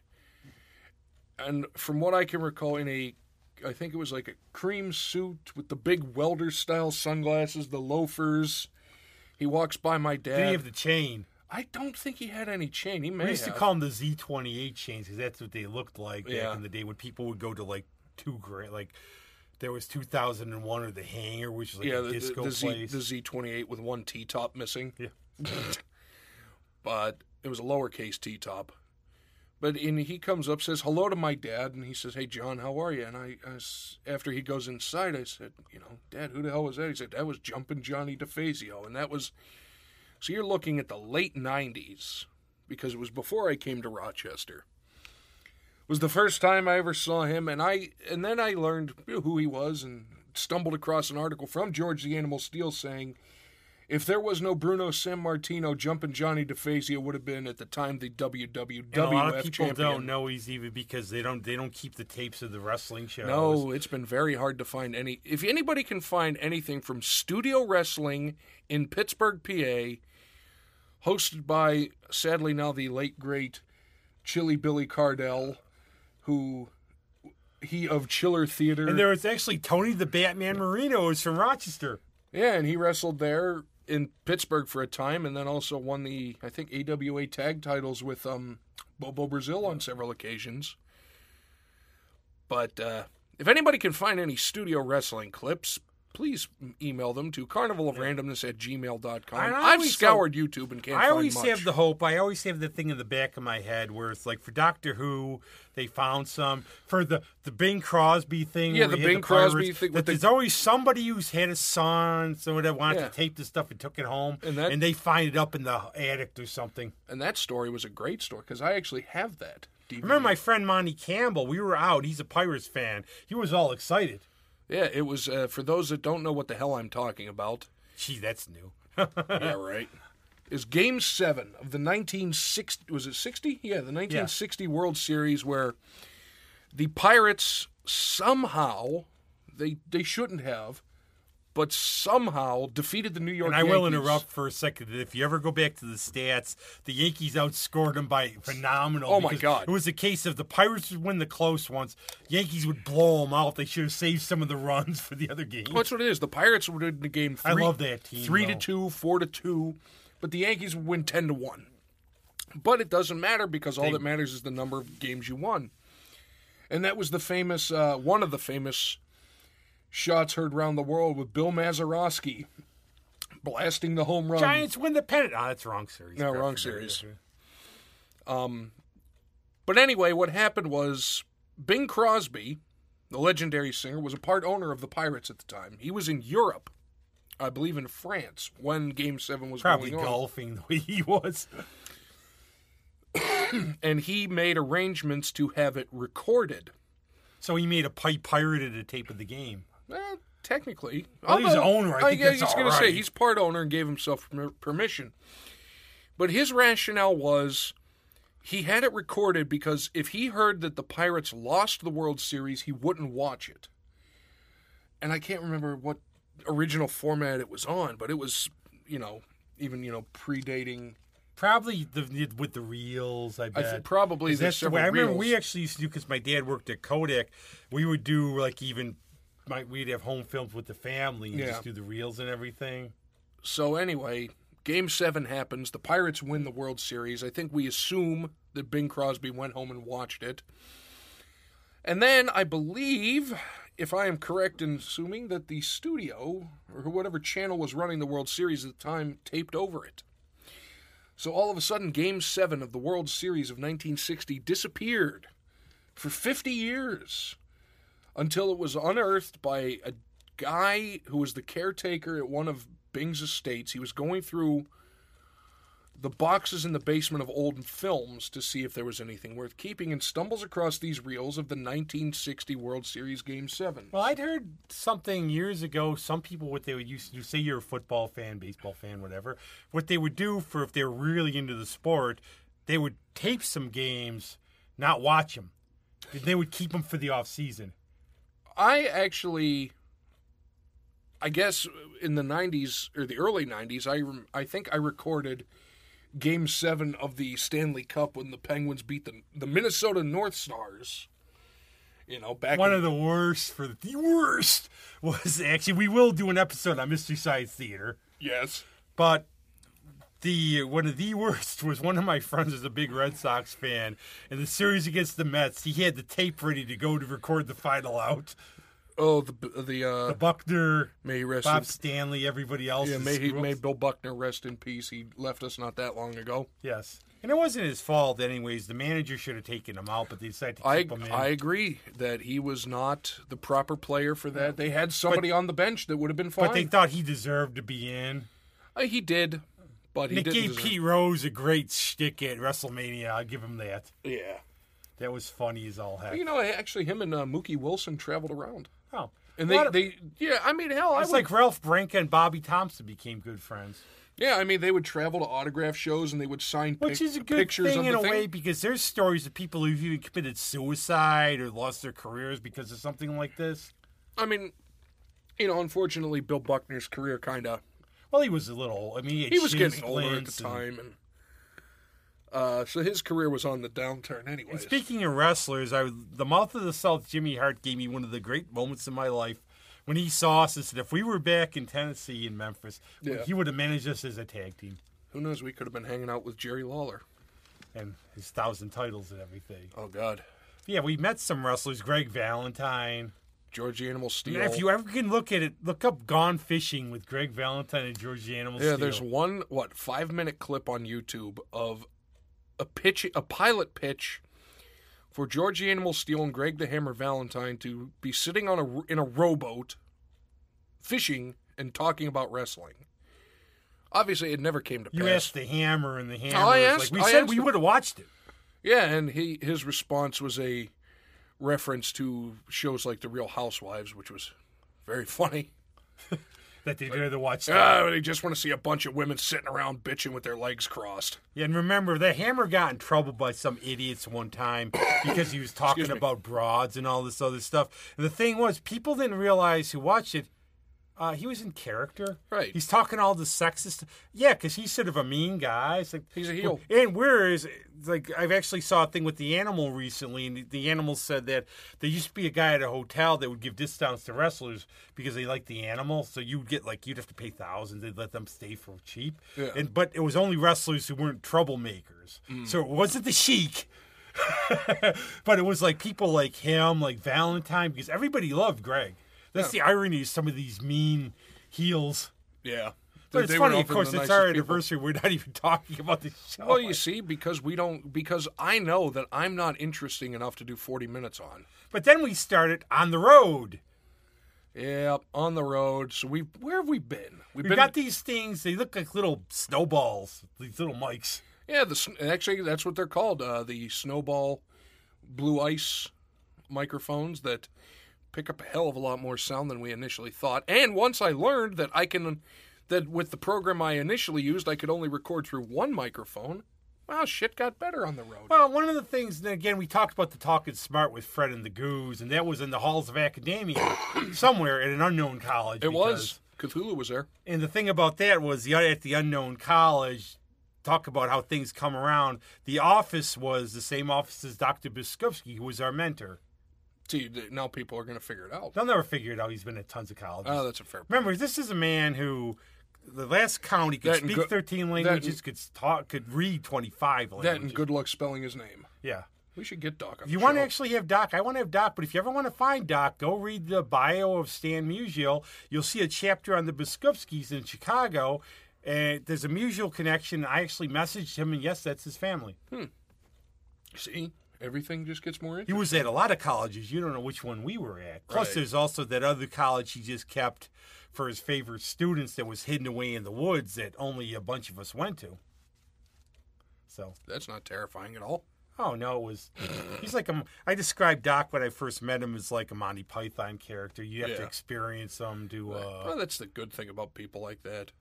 Speaker 1: And from what I can recall, in a, I think it was like a cream suit with the big welder style sunglasses, the loafers. He walks by my
Speaker 2: did he
Speaker 1: dad.
Speaker 2: have the chain?
Speaker 1: I don't think he had any chain. He may
Speaker 2: We used
Speaker 1: have.
Speaker 2: to call them the Z28 chains because that's what they looked like
Speaker 1: Yeah.
Speaker 2: back in the day when people would go to like two grand. Like there was 2001 or the Hangar, which was like
Speaker 1: yeah,
Speaker 2: a
Speaker 1: the, the,
Speaker 2: disco
Speaker 1: the Z
Speaker 2: place.
Speaker 1: the Z twenty eight with one T top missing.
Speaker 2: Yeah.
Speaker 1: but it was a lowercase T top. But and he comes up, says hello to my dad, and he says, "Hey John, how are you?" And I, I s- after he goes inside, I said, "You know, Dad, who the hell was that?" He said, "That was Jumpin' Johnny DeFazio," and that was. So you're looking at the late '90s, because it was before I came to Rochester. It was the first time I ever saw him, and I and then I learned who he was, and stumbled across an article from George the Animal Steel saying if there was no Bruno San Martino, Jumpin' Johnny DeFazio would have been at the time the WWWF
Speaker 2: and a lot of people
Speaker 1: champion.
Speaker 2: don't know he's even because they don't they don't keep the tapes of the wrestling shows.
Speaker 1: No, it's been very hard to find any. If anybody can find anything from studio wrestling in Pittsburgh, PA, hosted by sadly now the late great Chili Billy Cardell, who he of Chiller Theater.
Speaker 2: And there was actually Tony the Batman Marino was from Rochester.
Speaker 1: Yeah, and he wrestled there in Pittsburgh for a time, and then also won the I think AWA tag titles with um, Bobo Brazil on several occasions. But uh, if anybody can find any studio wrestling clips, please email them to carnivalofrandomness at gmail.com.
Speaker 2: And I
Speaker 1: I've
Speaker 2: always-
Speaker 1: scoured YouTube and can't
Speaker 2: I
Speaker 1: find
Speaker 2: always
Speaker 1: much.
Speaker 2: have the hope. I always have the thing in the back of my head where it's like for Doctor Who, they found some for the the Bing Crosby thing.
Speaker 1: Yeah,
Speaker 2: where
Speaker 1: the
Speaker 2: he had
Speaker 1: Bing Crosby
Speaker 2: pirates,
Speaker 1: thing with
Speaker 2: That
Speaker 1: the-
Speaker 2: there's always somebody who's had a son, someone that wanted
Speaker 1: Yeah.
Speaker 2: to tape this stuff and took it home,
Speaker 1: And that-
Speaker 2: they find it up in the attic or something.
Speaker 1: and that story was a great story because I actually have that. DVD.
Speaker 2: Remember my friend Monty Campbell? We were out. He's a Pirates fan. He was all excited.
Speaker 1: yeah, it was uh, for those that don't know what the hell I'm talking about.
Speaker 2: Gee, that's new.
Speaker 1: yeah, right. Is Game Seven of the nineteen sixty was it sixty? Yeah, the nineteen sixty World Series where the Pirates somehow they they shouldn't have, but somehow defeated the New York.
Speaker 2: And I will
Speaker 1: Yankees.
Speaker 2: interrupt for a second. If you ever go back to the stats, the Yankees outscored them by phenomenal.
Speaker 1: Oh, my
Speaker 2: because
Speaker 1: God.
Speaker 2: It was a case of the Pirates would win the close ones. Yankees would blow them out. They should have saved some of the runs for the other game.
Speaker 1: Well, that's what it is. The Pirates would win the game. Three,
Speaker 2: I love that team,
Speaker 1: Three to
Speaker 2: though.
Speaker 1: two, four to two, but the Yankees would win ten to one. But it doesn't matter because all that matters is the number of games you won. And that was the famous uh, one of the famous shots heard round the world with Bill Mazeroski blasting the home run.
Speaker 2: Giants win the pennant. Ah, that's wrong series.
Speaker 1: No, wrong series. But anyway, what happened was Bing Crosby, the legendary singer, was a part owner of the Pirates at the time. He was in Europe, I believe in France, when Game 7 was
Speaker 2: Probably
Speaker 1: going on.
Speaker 2: golfing the way he was.
Speaker 1: And he made arrangements to have it recorded.
Speaker 2: So he made a pipe pirated a tape of the game.
Speaker 1: Well, Eh, technically.
Speaker 2: Well, he's
Speaker 1: although-
Speaker 2: owner. I think
Speaker 1: I
Speaker 2: that's
Speaker 1: was
Speaker 2: all
Speaker 1: gonna say
Speaker 2: right.
Speaker 1: he's part owner and gave himself perm- permission. But his rationale was he had it recorded because if he heard that the Pirates lost the World Series, he wouldn't watch it. and I can't remember what original format it was on, but it was, you know, even you know, predating.
Speaker 2: Probably the with the reels. I
Speaker 1: I
Speaker 2: bet.
Speaker 1: th- probably
Speaker 2: Because
Speaker 1: there's
Speaker 2: that's the way
Speaker 1: several
Speaker 2: I remember
Speaker 1: reels.
Speaker 2: we actually used to do because my dad worked at Kodak. We would do like even my, we'd have home films with the family and
Speaker 1: Yeah.
Speaker 2: just do the reels and everything.
Speaker 1: So anyway, Game Seven happens. The Pirates win the World Series. I think we assume that Bing Crosby went home and watched it. And then I believe, if I am correct in assuming, that the studio or whatever channel was running the World Series at the time taped over it. So all of a sudden, Game Seven of the World Series of 1960 disappeared for 50 years until it was unearthed by a guy who was the caretaker at one of Bing's estates. He was going through the boxes in the basement of old films to see if there was anything worth keeping and stumbles across these reels of the 1960 World Series Game 7.
Speaker 2: Well, I'd heard something years ago. Some people, what they would used to do, say you're a football fan, baseball fan, whatever. What they would do for if they were really into the sport, they would tape some games, not watch them. They would keep them for the off season.
Speaker 1: I actually, I guess in the '90s or the early '90s, I rem- I think I recorded Game Seven of the Stanley Cup when the Penguins beat the the Minnesota North Stars. You know, back
Speaker 2: One
Speaker 1: in-
Speaker 2: of the worst for the, the worst was actually we will do an episode on Mystery Science Theater.
Speaker 1: yes,
Speaker 2: But the one of the worst was one of my friends is a big Red Sox fan, and the series against the Mets, he had the tape ready to go to record the final out.
Speaker 1: oh the the uh,
Speaker 2: The Buckner,
Speaker 1: may he rest
Speaker 2: Bob
Speaker 1: in,
Speaker 2: Stanley, everybody else.
Speaker 1: yeah,
Speaker 2: is
Speaker 1: may he,
Speaker 2: screwed.
Speaker 1: may Bill Buckner rest in peace. He left us not that long ago.
Speaker 2: Yes, and it wasn't his fault, anyways. The manager should have taken him out, but they decided to
Speaker 1: I
Speaker 2: keep him in.
Speaker 1: I agree that he was not the proper player for that. They had somebody on the bench that would have been fine.
Speaker 2: but they thought he deserved to be in.
Speaker 1: Uh, he did, but he
Speaker 2: They
Speaker 1: didn't.
Speaker 2: gave
Speaker 1: deserve-
Speaker 2: Pete Rose a great shtick at WrestleMania. I'll give him that.
Speaker 1: Yeah.
Speaker 2: That was funny as all heck.
Speaker 1: You know, actually, him and uh, Mookie Wilson traveled around,
Speaker 2: oh.
Speaker 1: and
Speaker 2: A
Speaker 1: they,
Speaker 2: lot of-
Speaker 1: they, yeah, I mean, hell, I
Speaker 2: It's
Speaker 1: would,
Speaker 2: like Ralph Branca and Bobby Thompson became good friends.
Speaker 1: yeah, I mean, they would travel to autograph shows and they would sign pic-
Speaker 2: Which is a good
Speaker 1: pictures
Speaker 2: thing
Speaker 1: of
Speaker 2: in
Speaker 1: the
Speaker 2: a way because there's stories of people who've even committed suicide or lost their careers because of something like this.
Speaker 1: I mean, you know, unfortunately, Bill Buckner's career kind of
Speaker 2: Well, he was a little. I mean, he, had
Speaker 1: he was
Speaker 2: shin
Speaker 1: getting older at the
Speaker 2: splints and-
Speaker 1: time, and uh, so his career was on the downturn anyway.
Speaker 2: And speaking of wrestlers, I the mouth of the South, Jimmy Hart, gave me one of the great moments in my life when he saw us and said, "If we were back in Tennessee in Memphis,
Speaker 1: Yeah.
Speaker 2: he would have managed us as a tag team
Speaker 1: Who knows? We could have been hanging out with Jerry Lawler.
Speaker 2: and his thousand titles and everything."
Speaker 1: Oh God,
Speaker 2: Yeah, we met some wrestlers, Greg Valentine.
Speaker 1: George the Animal Steel.
Speaker 2: Yeah, if you ever can look at it, look up "Gone Fishing" with Greg Valentine and George the Animal.
Speaker 1: Yeah,
Speaker 2: Steel.
Speaker 1: there's one what five minute clip on YouTube of a pitch, a pilot pitch for Georgie Animal Steel and Greg the Hammer Valentine to be sitting on a in a rowboat, fishing and talking about wrestling. Obviously, it never came to
Speaker 2: You
Speaker 1: pass.
Speaker 2: asked the hammer, and the hammer.
Speaker 1: Oh, I
Speaker 2: was
Speaker 1: asked-
Speaker 2: like, we
Speaker 1: I
Speaker 2: said
Speaker 1: asked
Speaker 2: we
Speaker 1: him.
Speaker 2: would have watched it.
Speaker 1: Yeah, and he his response was a reference to shows like The Real Housewives, which was very funny.
Speaker 2: That they'd rather watch. that.
Speaker 1: Ah, they just want to see a bunch of women sitting around bitching with their legs crossed.
Speaker 2: Yeah, and remember, the hammer got in trouble by some idiots one time because he was talking
Speaker 1: Excuse me.
Speaker 2: about broads and all this other stuff. And the thing was, people didn't realize who watched it. Uh, he was in character.
Speaker 1: Right.
Speaker 2: He's talking all the sexist. Yeah, because he's sort of a mean guy. It's like,
Speaker 1: He's a heel.
Speaker 2: And whereas, like, I've actually saw a thing with the animal recently, and the, the animal said that there used to be a guy at a hotel that would give discounts to wrestlers because they liked the animal. So you'd get like you'd have to pay thousands. They'd let them stay for cheap.
Speaker 1: Yeah. Mm.
Speaker 2: And but it was only wrestlers who weren't troublemakers. So it wasn't the chic. but it was like people like him, like Valentine, because everybody loved Greg. That's the irony of some of these mean heels.
Speaker 1: Yeah.
Speaker 2: But
Speaker 1: They
Speaker 2: it's
Speaker 1: were
Speaker 2: funny, of
Speaker 1: often the
Speaker 2: course, it's
Speaker 1: nicest
Speaker 2: our
Speaker 1: people.
Speaker 2: anniversary. We're not even talking about the show.
Speaker 1: Well, you see, because we don't, because I know that I'm not interesting enough to do 40 minutes on.
Speaker 2: But then we started on the road.
Speaker 1: Yeah, on the road. So we, where have we been? We've
Speaker 2: We
Speaker 1: been.
Speaker 2: got these things. They look like little snowballs, these little mics.
Speaker 1: yeah, the sn- actually that's what they're called. Uh, the snowball, blue ice microphones that pick up a hell of a lot more sound than we initially thought. And once I learned that I can, that with the program I initially used, I could only record through one microphone. Well, shit got better on the road.
Speaker 2: Well, one of the things, and again, we talked about the Talking Smart with Fred and the Goose, and that was in the halls of academia somewhere at an unknown college.
Speaker 1: It
Speaker 2: because-
Speaker 1: was. Cthulhu was there.
Speaker 2: And the thing about that was the at the unknown college talk about how things come around. The office was the same office as Dr. Biskupski, who was our mentor.
Speaker 1: See, th- now people are going to figure it out.
Speaker 2: They'll never figure it out. He's been at tons of colleges.
Speaker 1: Oh, that's a fair point.
Speaker 2: Remember, this is a man who the last count he could
Speaker 1: That and
Speaker 2: speak
Speaker 1: go-
Speaker 2: thirteen
Speaker 1: and-
Speaker 2: languages, could talk, could read twenty five
Speaker 1: That
Speaker 2: languages.
Speaker 1: and good luck spelling his name.
Speaker 2: yeah.
Speaker 1: We should get Doc. On
Speaker 2: If you
Speaker 1: the
Speaker 2: want to
Speaker 1: show.
Speaker 2: actually have Doc, I want to have Doc, but if you ever want to find Doc, go read the bio of Stan Musial. You'll see a chapter on the Biskupskis in Chicago. And there's a Musial connection. I actually messaged him, and yes, that's his family.
Speaker 1: see everything just gets more
Speaker 2: He
Speaker 1: interesting.
Speaker 2: was at a lot of colleges. You don't know which one we were at. Plus,
Speaker 1: Right.
Speaker 2: there's also that other college he just kept for his favorite students that was hidden away in the woods that only a bunch of us went to. So.
Speaker 1: That's not terrifying at all.
Speaker 2: Oh no, it was. He's like a. I described Doc when I first met him as like a Monty Python character. You have
Speaker 1: Yeah.
Speaker 2: to experience him to. Uh,
Speaker 1: well, that's the good thing about people like that.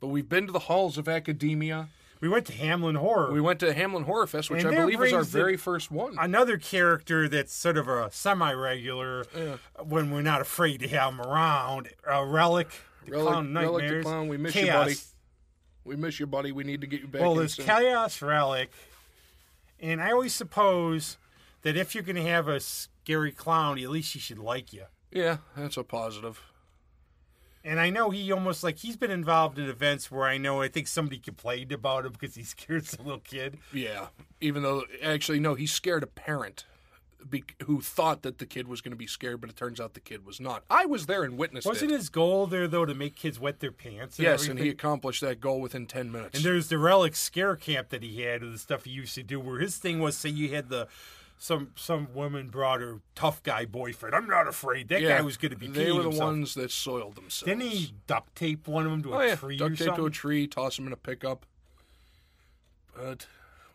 Speaker 1: But we've been to the halls of academia.
Speaker 2: we went to Hamlin Horror.
Speaker 1: We went to Hamlin Horror Fest, which I
Speaker 2: And that
Speaker 1: believe was our
Speaker 2: brings the-
Speaker 1: very first one.
Speaker 2: Another character that's sort of a semi-regular when we're not afraid to have him around. Uh, Relic, the
Speaker 1: Relic-
Speaker 2: clown
Speaker 1: Relic the
Speaker 2: nightmares,
Speaker 1: Clown, we miss you,
Speaker 2: Chaos.
Speaker 1: buddy. we miss you, buddy. We need to get you back.
Speaker 2: Well,
Speaker 1: in
Speaker 2: there's
Speaker 1: soon.
Speaker 2: Chaos Relic, and I always suppose that if you're going to have a scary clown, at least he should like you.
Speaker 1: yeah, that's a positive.
Speaker 2: And I know he almost like he's been involved in events where I know I think somebody complained about him because he scared some little kid.
Speaker 1: Yeah, even though actually no, he scared a parent be- who thought that the kid was going to be scared, but it turns out the kid was not. I was there and witnessed
Speaker 2: Wasn't
Speaker 1: it.
Speaker 2: his goal there though to make kids wet their pants? And
Speaker 1: yes,
Speaker 2: everything?
Speaker 1: and he accomplished that goal within ten minutes.
Speaker 2: And there's the relic scare camp that he had, and the stuff he used to do. Where his thing was, say you had the some some woman brought her tough guy boyfriend. I'm not afraid. That
Speaker 1: yeah,
Speaker 2: guy was going to be.
Speaker 1: They
Speaker 2: peeing
Speaker 1: were the
Speaker 2: himself.
Speaker 1: ones that soiled themselves.
Speaker 2: Didn't he duct tape one of them to a
Speaker 1: oh yeah,
Speaker 2: tree or
Speaker 1: duct tape
Speaker 2: something?
Speaker 1: to a tree, toss him in a pickup. But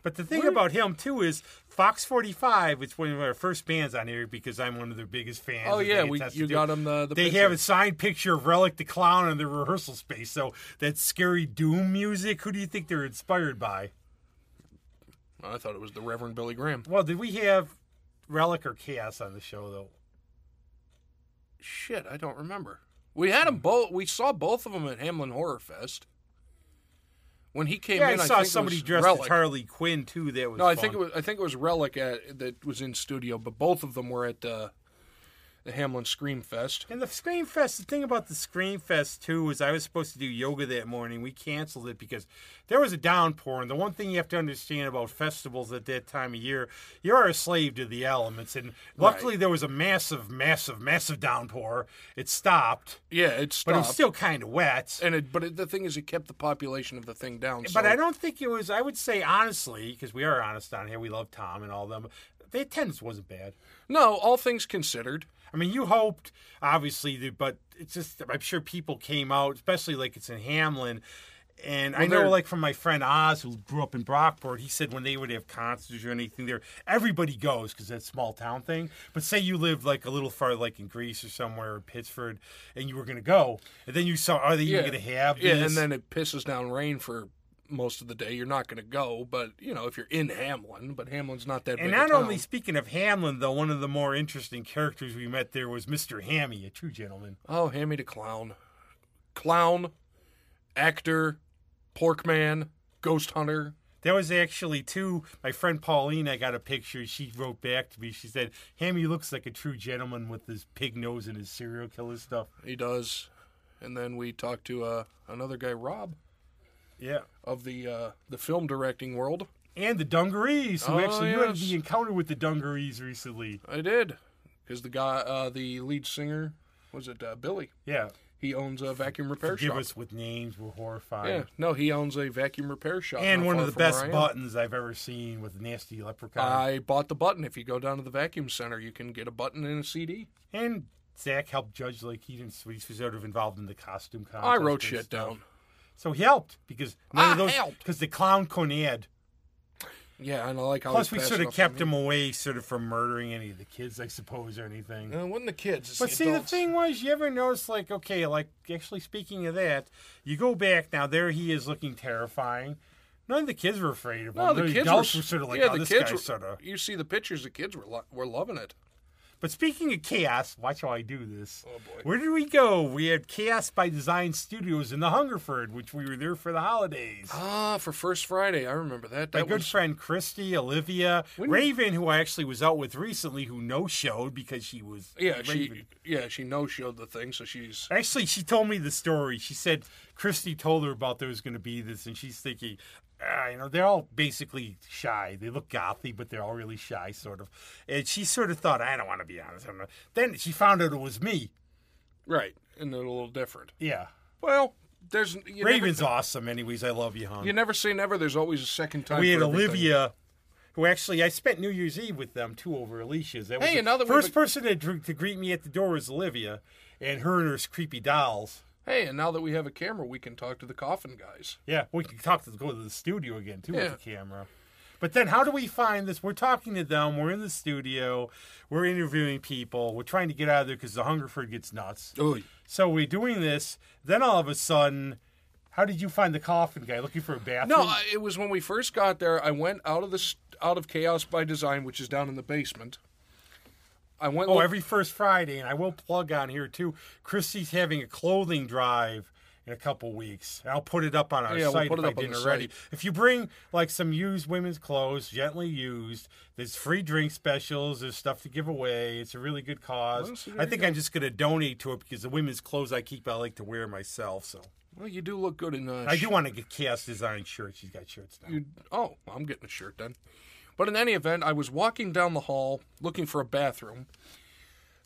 Speaker 2: But the thing about him too is Fox 45. It's one of our first bands on here because I'm one of their biggest fans.
Speaker 1: Oh,
Speaker 2: and they
Speaker 1: yeah,
Speaker 2: get
Speaker 1: we-
Speaker 2: tests to
Speaker 1: you
Speaker 2: do.
Speaker 1: got 'em the- the
Speaker 2: they
Speaker 1: picture.
Speaker 2: have a signed picture of Relic the Clown in the rehearsal space. So that scary doom music. Who do you think they're inspired by?
Speaker 1: I thought it was the Reverend Billy Graham.
Speaker 2: Well, did we have Relic or Chaos on the show though?
Speaker 1: Shit, I don't remember. We had them both. We saw both of them at Hamlin Horror Fest. When he came
Speaker 2: Yeah,
Speaker 1: in,
Speaker 2: I
Speaker 1: I
Speaker 2: saw
Speaker 1: think it
Speaker 2: somebody
Speaker 1: was
Speaker 2: dressed
Speaker 1: Relic.
Speaker 2: as Harley Quinn too. That was
Speaker 1: No, I
Speaker 2: fun.
Speaker 1: think it was. I think it was Relic at, that was in studio, but both of them were at uh, the Hamlin Scream Fest.
Speaker 2: And the Scream Fest, the thing about the Scream Fest too is I was supposed to do yoga that morning. We canceled it because there was a downpour. And the one thing you have to understand about festivals at that time of year, you are a slave to the elements. And luckily, there was a massive, massive, massive downpour. It stopped,
Speaker 1: Yeah, it
Speaker 2: but
Speaker 1: stopped.
Speaker 2: it was still kind of wet.
Speaker 1: and it, but it, the thing is, it kept the population of the thing down. so-
Speaker 2: But I don't think it was, I would say honestly, because we are honest on here, we love Tom and all them. The attendance wasn't bad.
Speaker 1: No, all things considered,
Speaker 2: I mean, you hoped, obviously, that- but it's just, I'm sure people came out, especially like it's in Hamlin. And I know,
Speaker 1: they're-
Speaker 2: like, from my friend Oz, who grew up in Brockport, he said when they would have concerts or anything there, everybody goes because that's small town thing. But say you lived like a little far, like in Greece or somewhere, or Pittsford, and you were going to go, and then you saw, are they
Speaker 1: yeah,
Speaker 2: even going to have
Speaker 1: yeah,
Speaker 2: this?
Speaker 1: and then it pisses down rain for most of the day. You're not going to go, but you know, if you're in Hamlin, but Hamlin's not that.
Speaker 2: And
Speaker 1: big a
Speaker 2: not
Speaker 1: town.
Speaker 2: only speaking of Hamlin, though, one of the more interesting characters we met there was Mr. Hammy, a true gentleman.
Speaker 1: Oh, hand me the clown. Clown, actor, pork man, ghost hunter.
Speaker 2: There was actually two. My friend Pauline, I got a picture. She wrote back to me. She said, "Hammy looks like a true gentleman with his pig nose and his serial killer stuff."
Speaker 1: He does. And then we talked to uh, another guy, Rob,
Speaker 2: Yeah,
Speaker 1: of the uh, the film directing world.
Speaker 2: and the dungarees. Who
Speaker 1: Oh,
Speaker 2: actually you had
Speaker 1: yes.
Speaker 2: the encounter with the dungarees recently?
Speaker 1: I did, because the guy, uh, the lead singer, was it uh, Billy?
Speaker 2: Yeah,
Speaker 1: He owns a vacuum repair
Speaker 2: give
Speaker 1: shop.
Speaker 2: us with names. We're horrified.
Speaker 1: yeah, no, he owns a vacuum repair shop.
Speaker 2: And
Speaker 1: not
Speaker 2: one
Speaker 1: far
Speaker 2: of the
Speaker 1: from where I
Speaker 2: best
Speaker 1: am. Uh,
Speaker 2: buttons I've ever seen with nasty leprechaun.
Speaker 1: I bought the button. If you go down to the vacuum center, you can get a button and a CD.
Speaker 2: and Zach helped judge like he didn't. He was sort of involved in the costume contest.
Speaker 1: I wrote
Speaker 2: and
Speaker 1: shit
Speaker 2: stuff.
Speaker 1: down.
Speaker 2: So he helped because none
Speaker 1: I
Speaker 2: of those
Speaker 1: helped.
Speaker 2: because the clown Conad.
Speaker 1: Yeah, and I like how.
Speaker 2: Plus,
Speaker 1: he's
Speaker 2: we
Speaker 1: passing
Speaker 2: sort of
Speaker 1: off
Speaker 2: kept
Speaker 1: the-
Speaker 2: him away, sort of from murdering any of the kids, I suppose, or anything.
Speaker 1: Uh, it wasn't the kids. it's
Speaker 2: But
Speaker 1: the
Speaker 2: see, the
Speaker 1: adults.
Speaker 2: thing was, you ever notice, like, okay, like, actually speaking of that, you go back now, there he is looking terrifying. None of the kids were afraid of
Speaker 1: No,
Speaker 2: him.
Speaker 1: the kids
Speaker 2: adults
Speaker 1: were,
Speaker 2: were, sort of like,
Speaker 1: yeah,
Speaker 2: oh,
Speaker 1: the
Speaker 2: this
Speaker 1: kids
Speaker 2: guy's
Speaker 1: were,
Speaker 2: sort of.
Speaker 1: You see the pictures, the kids were lo- were loving it.
Speaker 2: But speaking of chaos, watch how I do this.
Speaker 1: Oh, boy.
Speaker 2: Where did we go? We had Chaos by Design Studios in the Hungerford, which we were there for the holidays.
Speaker 1: Ah, for First Friday, I remember that.
Speaker 2: My
Speaker 1: That
Speaker 2: good
Speaker 1: was
Speaker 2: friend Christy, Olivia,
Speaker 1: When-
Speaker 2: Raven, who I actually was out with recently, who no showed because she was
Speaker 1: yeah, she
Speaker 2: Raven.
Speaker 1: yeah she no showed the thing, so she's
Speaker 2: Actually, she told me the story. She said Christy told her about there was going to be this, and she's thinking, ah, you know, they're all basically shy. They look gothy, but they're all really shy, sort of. And she sort of thought, I don't want to be honest. I don't know. Then she found out it was me.
Speaker 1: right and they're a little different.
Speaker 2: Yeah.
Speaker 1: Well, there's you
Speaker 2: Raven's awesome, anyways. I love you,
Speaker 1: Never, you
Speaker 2: hon.
Speaker 1: never say never. There's always a second time.
Speaker 2: We had
Speaker 1: for everything.
Speaker 2: Olivia, who actually I spent New Year's Eve with them too over Alicia's. That was
Speaker 1: Hey,
Speaker 2: the
Speaker 1: another way
Speaker 2: first
Speaker 1: to-
Speaker 2: person to, dr- to greet me at the door was Olivia, and her and her creepy dolls.
Speaker 1: Hey, and now that we have a camera, we can talk to the coffin guys.
Speaker 2: Yeah, we can talk to go to the studio again too
Speaker 1: Yeah.
Speaker 2: with the camera. But then, how do we find this? We're talking to them. We're in the studio. We're interviewing people. We're trying to get out of there because the Hungerford gets nuts.
Speaker 1: Oh,
Speaker 2: So we're doing this. Then all of a sudden, how did you find the coffin guy looking for a bathroom?
Speaker 1: No, I, it was when we first got there. I went out of the s- out of Chaos by Design, which is down in the basement. I went.
Speaker 2: Oh,
Speaker 1: look-
Speaker 2: every first Friday, and I will plug on here too. Christy's having a clothing drive in a couple weeks. And I'll put it up on our
Speaker 1: Yeah, we'll
Speaker 2: site
Speaker 1: put
Speaker 2: if
Speaker 1: it
Speaker 2: I
Speaker 1: up on the
Speaker 2: didn't already.
Speaker 1: site.
Speaker 2: If you bring like some used women's clothes, gently used, there's free drink specials, there's stuff to give away. It's a really good cause.
Speaker 1: Well, so there
Speaker 2: I
Speaker 1: you
Speaker 2: think I'm just going to donate to it because the women's clothes I keep, I like to wear myself. So
Speaker 1: well, you do look good in. Uh,
Speaker 2: I
Speaker 1: sh-
Speaker 2: do want to get Chaos Design shirts. She's got shirts now.
Speaker 1: You, oh, I'm getting a shirt then. But in any event, I was walking down the hall looking for a bathroom,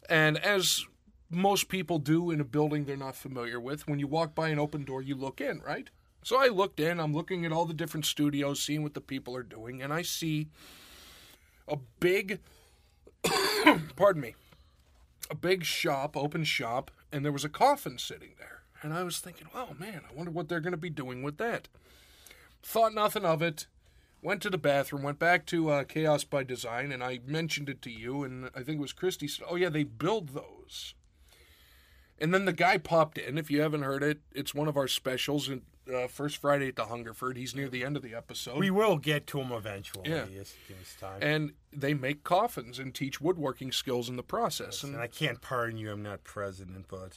Speaker 1: and as most people do in a building they're not familiar with, when you walk by an open door, you look in, right? So I looked in. I'm looking at all the different studios, seeing what the people are doing, and I see a big, pardon me, a big shop, open shop, and there was a coffin sitting there. And I was thinking, oh man, I wonder what they're going to be doing with that thought nothing of it. Went to the bathroom, went back to uh, Chaos by Design, and I mentioned it to you, and I think it was Christy said, "Oh yeah, they build those." And then the guy popped in. If you haven't heard it, it's one of our specials. And uh, first Friday at the Hungerford. He's near the end of the episode,
Speaker 2: We will get to them eventually.
Speaker 1: Yeah.
Speaker 2: Yes, give us time.
Speaker 1: and they make coffins and teach woodworking skills in the process. And
Speaker 2: and I can't pardon you. I'm not president, but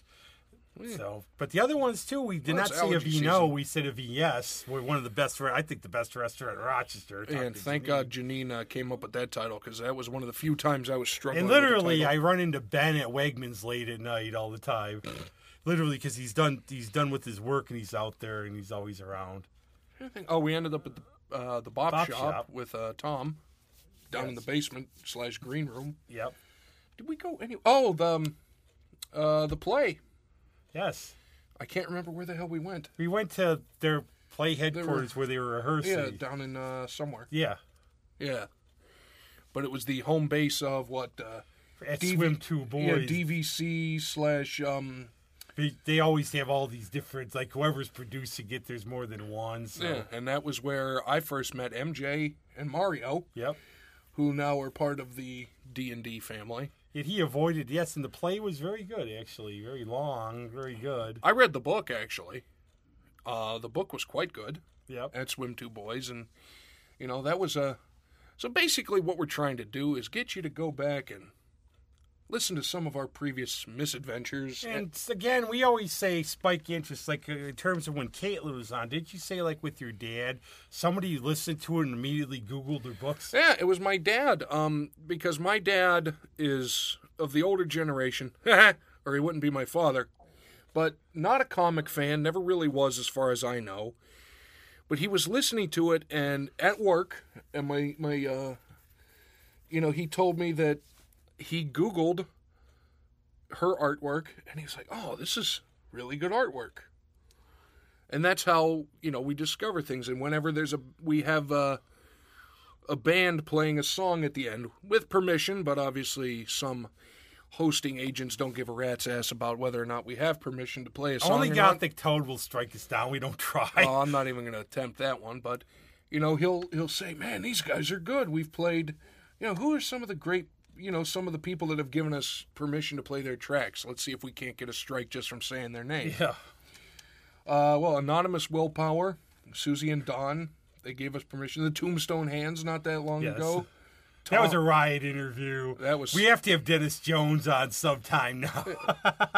Speaker 2: so. But the other ones too. We did
Speaker 1: Well,
Speaker 2: not
Speaker 1: it's
Speaker 2: say a
Speaker 1: allergy
Speaker 2: V no.
Speaker 1: season.
Speaker 2: We said a V yes. We're one of the best. re- I think the best restaurant in Rochester.
Speaker 1: and thank God Janine uh, came up with that title because that was one of the few times I was struggling.
Speaker 2: And
Speaker 1: with the
Speaker 2: literally,
Speaker 1: title.
Speaker 2: I run into Ben at Wegmans late at night all the time. literally, because he's done. He's done with his work, and he's out there, and he's always around.
Speaker 1: I think- Oh, we ended up at the uh, the Bop,
Speaker 2: Bop
Speaker 1: shop,
Speaker 2: Shop.
Speaker 1: with uh, Tom down in the basement slash green room.
Speaker 2: Yep.
Speaker 1: Did we go any? Oh, the um, uh, the play.
Speaker 2: Yes.
Speaker 1: I can't remember where the hell we went.
Speaker 2: We went to their play headquarters where they were rehearsing.
Speaker 1: Yeah, down in uh, somewhere.
Speaker 2: yeah.
Speaker 1: Yeah, but it was the home base of what? Uh,
Speaker 2: At
Speaker 1: DV
Speaker 2: Swim Two
Speaker 1: yeah,
Speaker 2: Boys.
Speaker 1: DVC slash um.
Speaker 2: They, they always have all these different, like whoever's producing it, there's more than one. So.
Speaker 1: Yeah, and that was where I first met MJ and Mario,
Speaker 2: Yep.
Speaker 1: who now are part of the D and D family.
Speaker 2: Yet he avoided, yes, and the play was very good, actually. Very long, very good.
Speaker 1: I read the book actually. Uh, the book was quite good.
Speaker 2: Yep.
Speaker 1: at Swim Two Boys, and you know that was a. So basically, what we're trying to do is get you to go back and listen to some of our previous misadventures.
Speaker 2: And s- again, we always say spike interest, like uh, in terms of when Caitlin was on. Didn't you say, like with your dad, somebody listened to it and immediately Googled their books?
Speaker 1: yeah, it was my dad, um, because my dad is of the older generation, or he wouldn't be my father, but not a comic fan, never really was, as far as I know. But he was listening to it, and at work, and my my, uh, you know, he told me that he Googled her artwork, and he was like, "Oh, this is really good artwork." And that's how you know we discover things. And whenever there's a we have uh, a band playing a song at the end with permission, but obviously some hosting agents don't give a rat's ass about whether or not we have permission to play a song.
Speaker 2: Only
Speaker 1: or not.
Speaker 2: Gothic Toad will strike us down. We don't try.
Speaker 1: Oh, I'm not even going to attempt that one, but you know, he'll he'll say, "Man, these guys are good. We've played, you know, who are some of the great, you know, some of the people that have given us permission to play their tracks. Let's see if we can't get a strike just from saying their name."
Speaker 2: yeah.
Speaker 1: Uh, well, anonymous willpower, Susie and Don, They gave us permission. The Tombstone Hands not that long
Speaker 2: Yes.
Speaker 1: ago.
Speaker 2: That was a
Speaker 1: Tom-
Speaker 2: riot interview.
Speaker 1: That was-
Speaker 2: We have to have Dennis Jones on sometime now.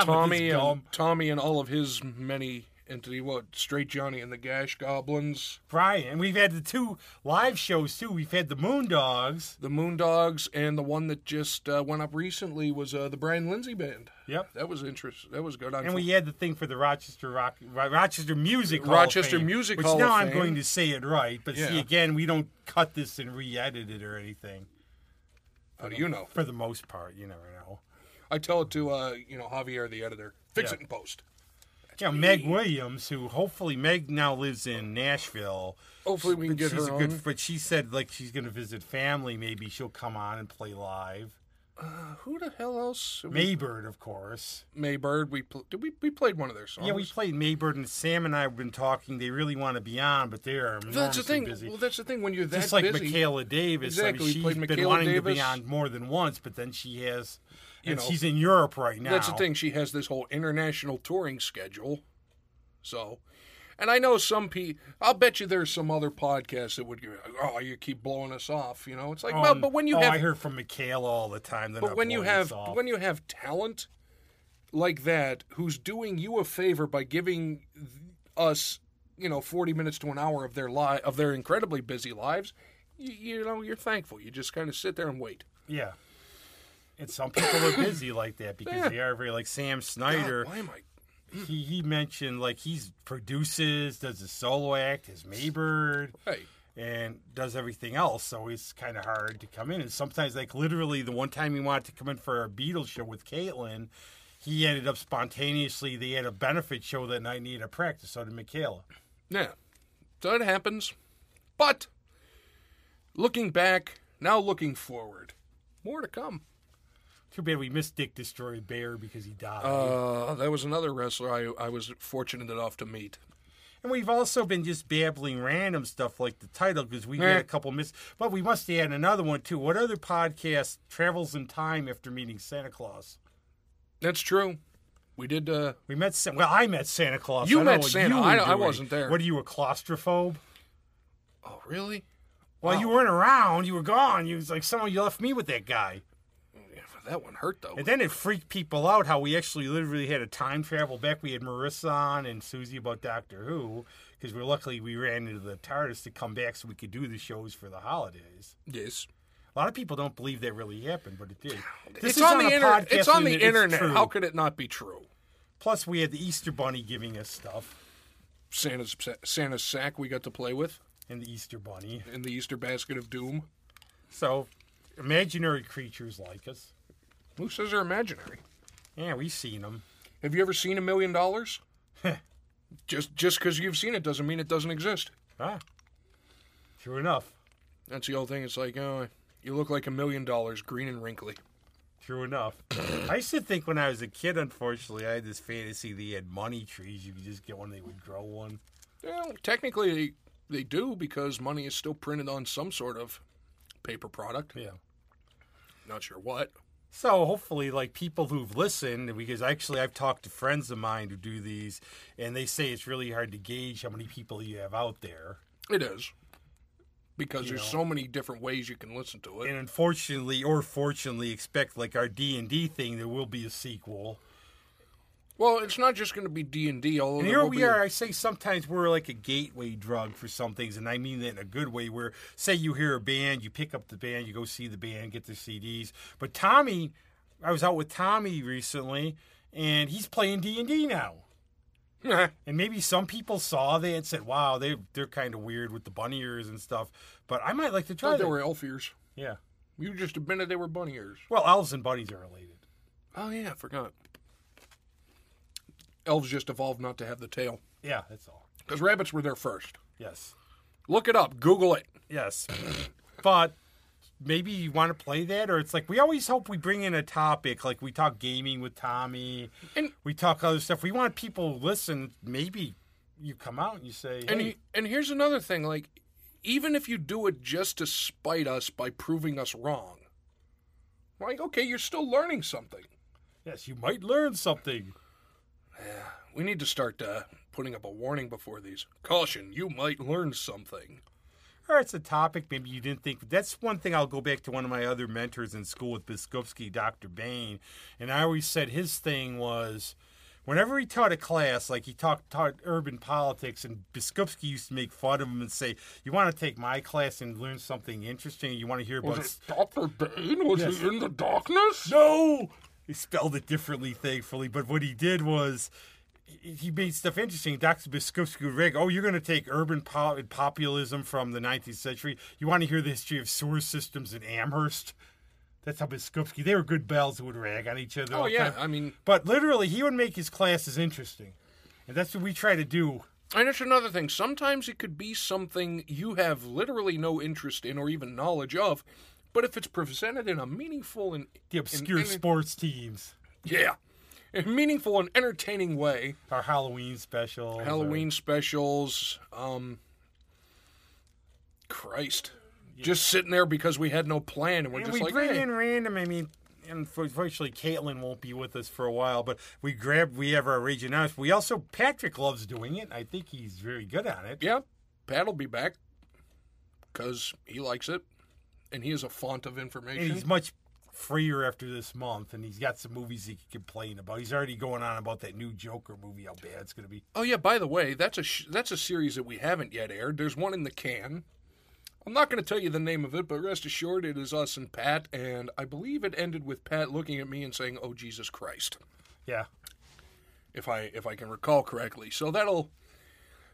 Speaker 1: Tommy and
Speaker 2: dumb.
Speaker 1: Tommy and all of his many entity what straight Johnny and the Gash Goblins,
Speaker 2: Brian, and we've had the two live shows too. We've had the Moondogs.
Speaker 1: the Moondogs, and the one that just uh, went up recently was uh, the Brian Lindsay Band.
Speaker 2: Yep.
Speaker 1: That was interesting. That was good. On
Speaker 2: And we had the thing for the Rochester Rock, Ro- Rochester Music Hall
Speaker 1: Rochester
Speaker 2: of Fame,
Speaker 1: Music
Speaker 2: which
Speaker 1: Hall
Speaker 2: now
Speaker 1: of
Speaker 2: I'm
Speaker 1: Fame.
Speaker 2: going to say it right. But see,
Speaker 1: Yeah.
Speaker 2: again, we don't cut this and re-edit it or anything
Speaker 1: How do you know?
Speaker 2: for the most part. You never know.
Speaker 1: I tell it to uh, you know Javier the editor. Fix
Speaker 2: Yeah.
Speaker 1: it in post.
Speaker 2: Yeah, Meg Williams, who hopefully Meg now lives in Nashville.
Speaker 1: Hopefully we can
Speaker 2: But
Speaker 1: get
Speaker 2: she's
Speaker 1: her
Speaker 2: a good,
Speaker 1: on.
Speaker 2: But she said like she's going to visit family. Maybe she'll come on and play live.
Speaker 1: Who the hell else?
Speaker 2: Maybird, of course.
Speaker 1: Maybird. We pl- did we we played one of their songs.
Speaker 2: Yeah, we played Maybird and Sam and I have been talking. They really want to be on, but they are enormously
Speaker 1: That's the thing.
Speaker 2: busy.
Speaker 1: Well, that's the thing. When you're that
Speaker 2: Just like
Speaker 1: busy,
Speaker 2: Michaela Davis, I mean,
Speaker 1: Exactly, we
Speaker 2: she's
Speaker 1: played
Speaker 2: been
Speaker 1: Michaela
Speaker 2: wanting to
Speaker 1: Davis.
Speaker 2: be on more than once, but then she has,
Speaker 1: You
Speaker 2: and
Speaker 1: know,
Speaker 2: she's in Europe right now.
Speaker 1: That's the thing. She has this whole international touring schedule. So, and I know some people, I'll bet you there's some other podcasts that would go, oh, you keep blowing us off. You know, it's like,
Speaker 2: Um,
Speaker 1: well, but when you
Speaker 2: oh,
Speaker 1: have,
Speaker 2: I heard from Michaela all the time. they're
Speaker 1: but
Speaker 2: not
Speaker 1: when you
Speaker 2: blowing us
Speaker 1: have,
Speaker 2: off.
Speaker 1: when you have talent like that, who's doing you a favor by giving th- us, you know, 40 minutes to an hour of their li- of their incredibly busy lives, you, you know, you're thankful. You just kind of sit there and wait.
Speaker 2: yeah, and some people are busy like that because they are very like Sam Snyder.
Speaker 1: God, why am I?
Speaker 2: he, he mentioned like he's produces, does a solo act, his Maybird.
Speaker 1: Hey,
Speaker 2: and does everything else. So it's kind of hard to come in. And sometimes, like literally, the one time he wanted to come in for a Beatles show with Caitlin, he ended up spontaneously. They had a benefit show that night, and he had a practice. So did Michaela.
Speaker 1: Yeah. So it happens. But looking back, now looking forward, more to come.
Speaker 2: Too bad we missed Dick Destroy Bear because he died.
Speaker 1: Uh, that was another wrestler I, I was fortunate enough to meet.
Speaker 2: and we've also been just babbling random stuff like the title because we
Speaker 1: Yeah.
Speaker 2: had a couple miss. But we must add another one too. What other podcast travels in time after meeting Santa Claus?
Speaker 1: That's true. We did. Uh,
Speaker 2: We met. Sa- well, I met Santa Claus.
Speaker 1: You
Speaker 2: I don't know
Speaker 1: met
Speaker 2: what
Speaker 1: Santa.
Speaker 2: were
Speaker 1: I- I
Speaker 2: doing.
Speaker 1: wasn't there.
Speaker 2: What are you a claustrophobe?
Speaker 1: oh, really? Oh.
Speaker 2: Well, you weren't around. You were gone. You was like someone. You left me with that guy,
Speaker 1: Yeah, that one hurt, though.
Speaker 2: and then it freaked people out how we actually literally had a time travel back. We had Marissa on and Susie about Doctor Who because we luckily we ran into the TARDIS to come back so we could do the shows for the holidays.
Speaker 1: yes.
Speaker 2: A lot of people don't believe that really happened, but it did. This
Speaker 1: It's
Speaker 2: is
Speaker 1: on, the
Speaker 2: a
Speaker 1: internet.
Speaker 2: podcast
Speaker 1: It's on
Speaker 2: and
Speaker 1: the
Speaker 2: it's
Speaker 1: internet.
Speaker 2: true.
Speaker 1: How could it not be true?
Speaker 2: Plus, we had the Easter Bunny giving us stuff
Speaker 1: Santa's Santa's sack we got to play with
Speaker 2: and the Easter Bunny.
Speaker 1: in the Easter basket of doom.
Speaker 2: So, imaginary creatures like us.
Speaker 1: Who says they're imaginary?
Speaker 2: Yeah, we've seen them.
Speaker 1: Have you ever seen a million dollars? Just just because you've seen it doesn't mean it doesn't exist.
Speaker 2: Ah, true enough.
Speaker 1: That's the old thing. It's like, oh, you look like a million dollars, green and wrinkly.
Speaker 2: True enough. I used to think when I was a kid, unfortunately, I had this fantasy that you had money trees. You could just get one, they would grow one.
Speaker 1: Well, technically, they, they do because money is still printed on some sort of paper product.
Speaker 2: Yeah.
Speaker 1: Not sure what.
Speaker 2: So hopefully, like people who've listened, because actually I've talked to friends of mine who do these, and they say it's really hard to gauge how many people you have out there.
Speaker 1: It is because there's so many different ways you can listen to it.
Speaker 2: And unfortunately, or fortunately, expect like our D and D thing, there will be a sequel.
Speaker 1: Well, it's not just going to be D and D. Although
Speaker 2: And
Speaker 1: there
Speaker 2: here
Speaker 1: will
Speaker 2: we
Speaker 1: be-
Speaker 2: are. I say sometimes we're like a gateway drug for some things, and I mean that in a good way. Where say you hear a band, you pick up the band, you go see the band, get their CDs. But Tommy, I was out with Tommy recently, and he's playing D and D now. And maybe some people saw that and said, "Wow, they they're kind of weird with the bunny ears and stuff." But I might like to try
Speaker 1: Thought they
Speaker 2: that.
Speaker 1: were elf ears.
Speaker 2: Yeah.
Speaker 1: You just admitted they were bunny ears.
Speaker 2: Well, elves and bunnies are related.
Speaker 1: Oh yeah, I forgot. Elves just evolved not to have the tail
Speaker 2: Yeah, that's all.
Speaker 1: because rabbits were there first.
Speaker 2: Yes.
Speaker 1: Look it up. Google it.
Speaker 2: Yes. but maybe you want to play that or it's like we always hope we bring in a topic like we talk gaming with Tommy
Speaker 1: And-
Speaker 2: we talk other stuff. We want people to listen. Maybe you come out and you say
Speaker 1: And
Speaker 2: hey,
Speaker 1: he- and here's another thing, like even if you do it just to spite us by proving us wrong, like okay, you're still learning something.
Speaker 2: yes, you might learn something.
Speaker 1: We need to start uh, putting up a warning before these. Caution, you might learn something.
Speaker 2: or it's a topic maybe you didn't think. That's one thing I'll go back to one of my other mentors in school with Biskupski, Dr. Bain, and I always said his thing was whenever he taught a class, like he taught, taught urban politics, and Biskupski used to make fun of him and say, "You want to take my class and learn something interesting? You want to hear about?"
Speaker 1: Was it Dr. Bane? Was
Speaker 2: Yes.
Speaker 1: he in the darkness?
Speaker 2: No, he spelled it differently, thankfully. But what he did was. he- He made stuff interesting. Dr. Biskupski would reg, oh, you're going to take urban po- populism from the 19th century. You want to hear the history of sewer systems in Amherst? That's how Biskupski, they were good bells who would rag on each other. all
Speaker 1: Oh
Speaker 2: the
Speaker 1: yeah,
Speaker 2: time.
Speaker 1: I mean,
Speaker 2: But literally, he would make his classes interesting, and that's what we try to do.
Speaker 1: and it's another thing. Sometimes it could be something you have literally no interest in or even knowledge of, but if it's presented in a meaningful and
Speaker 2: The obscure
Speaker 1: and- and-
Speaker 2: sports teams,
Speaker 1: yeah, a meaningful and entertaining way,
Speaker 2: our Halloween special,
Speaker 1: Halloween specials, um, Christ, just sitting there because we had no plan and we're
Speaker 2: And
Speaker 1: just
Speaker 2: we
Speaker 1: like,
Speaker 2: bring
Speaker 1: "Hey."
Speaker 2: in random. I mean, unfortunately, Caitlin won't be with us for a while, but we grabbed. We have our region now. We also Patrick loves doing it. I think he's very good at it.
Speaker 1: yeah, Pat'll be back because he likes it, and he is a font of
Speaker 2: and he's
Speaker 1: information.
Speaker 2: much freer after this month, and he's got some movies he can complain about. He's already going on about that new Joker movie. How bad it's going to be.
Speaker 1: Oh yeah, by the way, that's a sh- that's a series that we haven't yet aired. There's one in the can. I'm not going to tell you the name of it, but rest assured, it is us and Pat, and I believe it ended with Pat looking at me and saying, "Oh Jesus Christ,"
Speaker 2: Yeah.
Speaker 1: if I if I can recall correctly. So that'll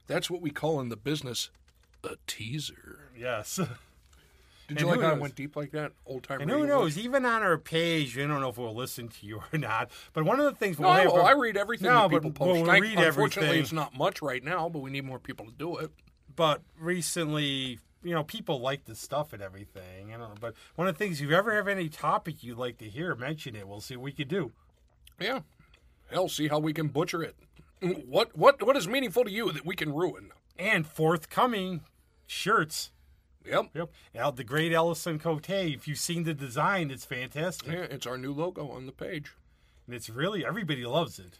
Speaker 1: that's what we call in the business a teaser.
Speaker 2: Yes.
Speaker 1: Did
Speaker 2: And
Speaker 1: you like
Speaker 2: who
Speaker 1: how I
Speaker 2: knows?
Speaker 1: went deep like that? Old time.
Speaker 2: And who knows? Even on our page, we don't know if we'll listen to you or not. But one of the things
Speaker 1: No,
Speaker 2: we'll have,
Speaker 1: oh, I read everything
Speaker 2: No,
Speaker 1: that people
Speaker 2: but
Speaker 1: post.
Speaker 2: we'll
Speaker 1: I-
Speaker 2: read
Speaker 1: unfortunately,
Speaker 2: everything.
Speaker 1: it's not much right now, but we need more people to do it.
Speaker 2: But recently, you know, people like the stuff and everything. I don't know. But one of the things, if you ever have any topic you'd like to hear, mention it. We'll see what we can do.
Speaker 1: Yeah. Hell, see how we can butcher it. What what what is meaningful to you that we can ruin?
Speaker 2: And forthcoming shirts.
Speaker 1: Yep.
Speaker 2: Yep. Now, the great Ellison Cote, if you've seen the design, it's fantastic.
Speaker 1: Yeah, it's our new logo on the page.
Speaker 2: And it's really, everybody loves it.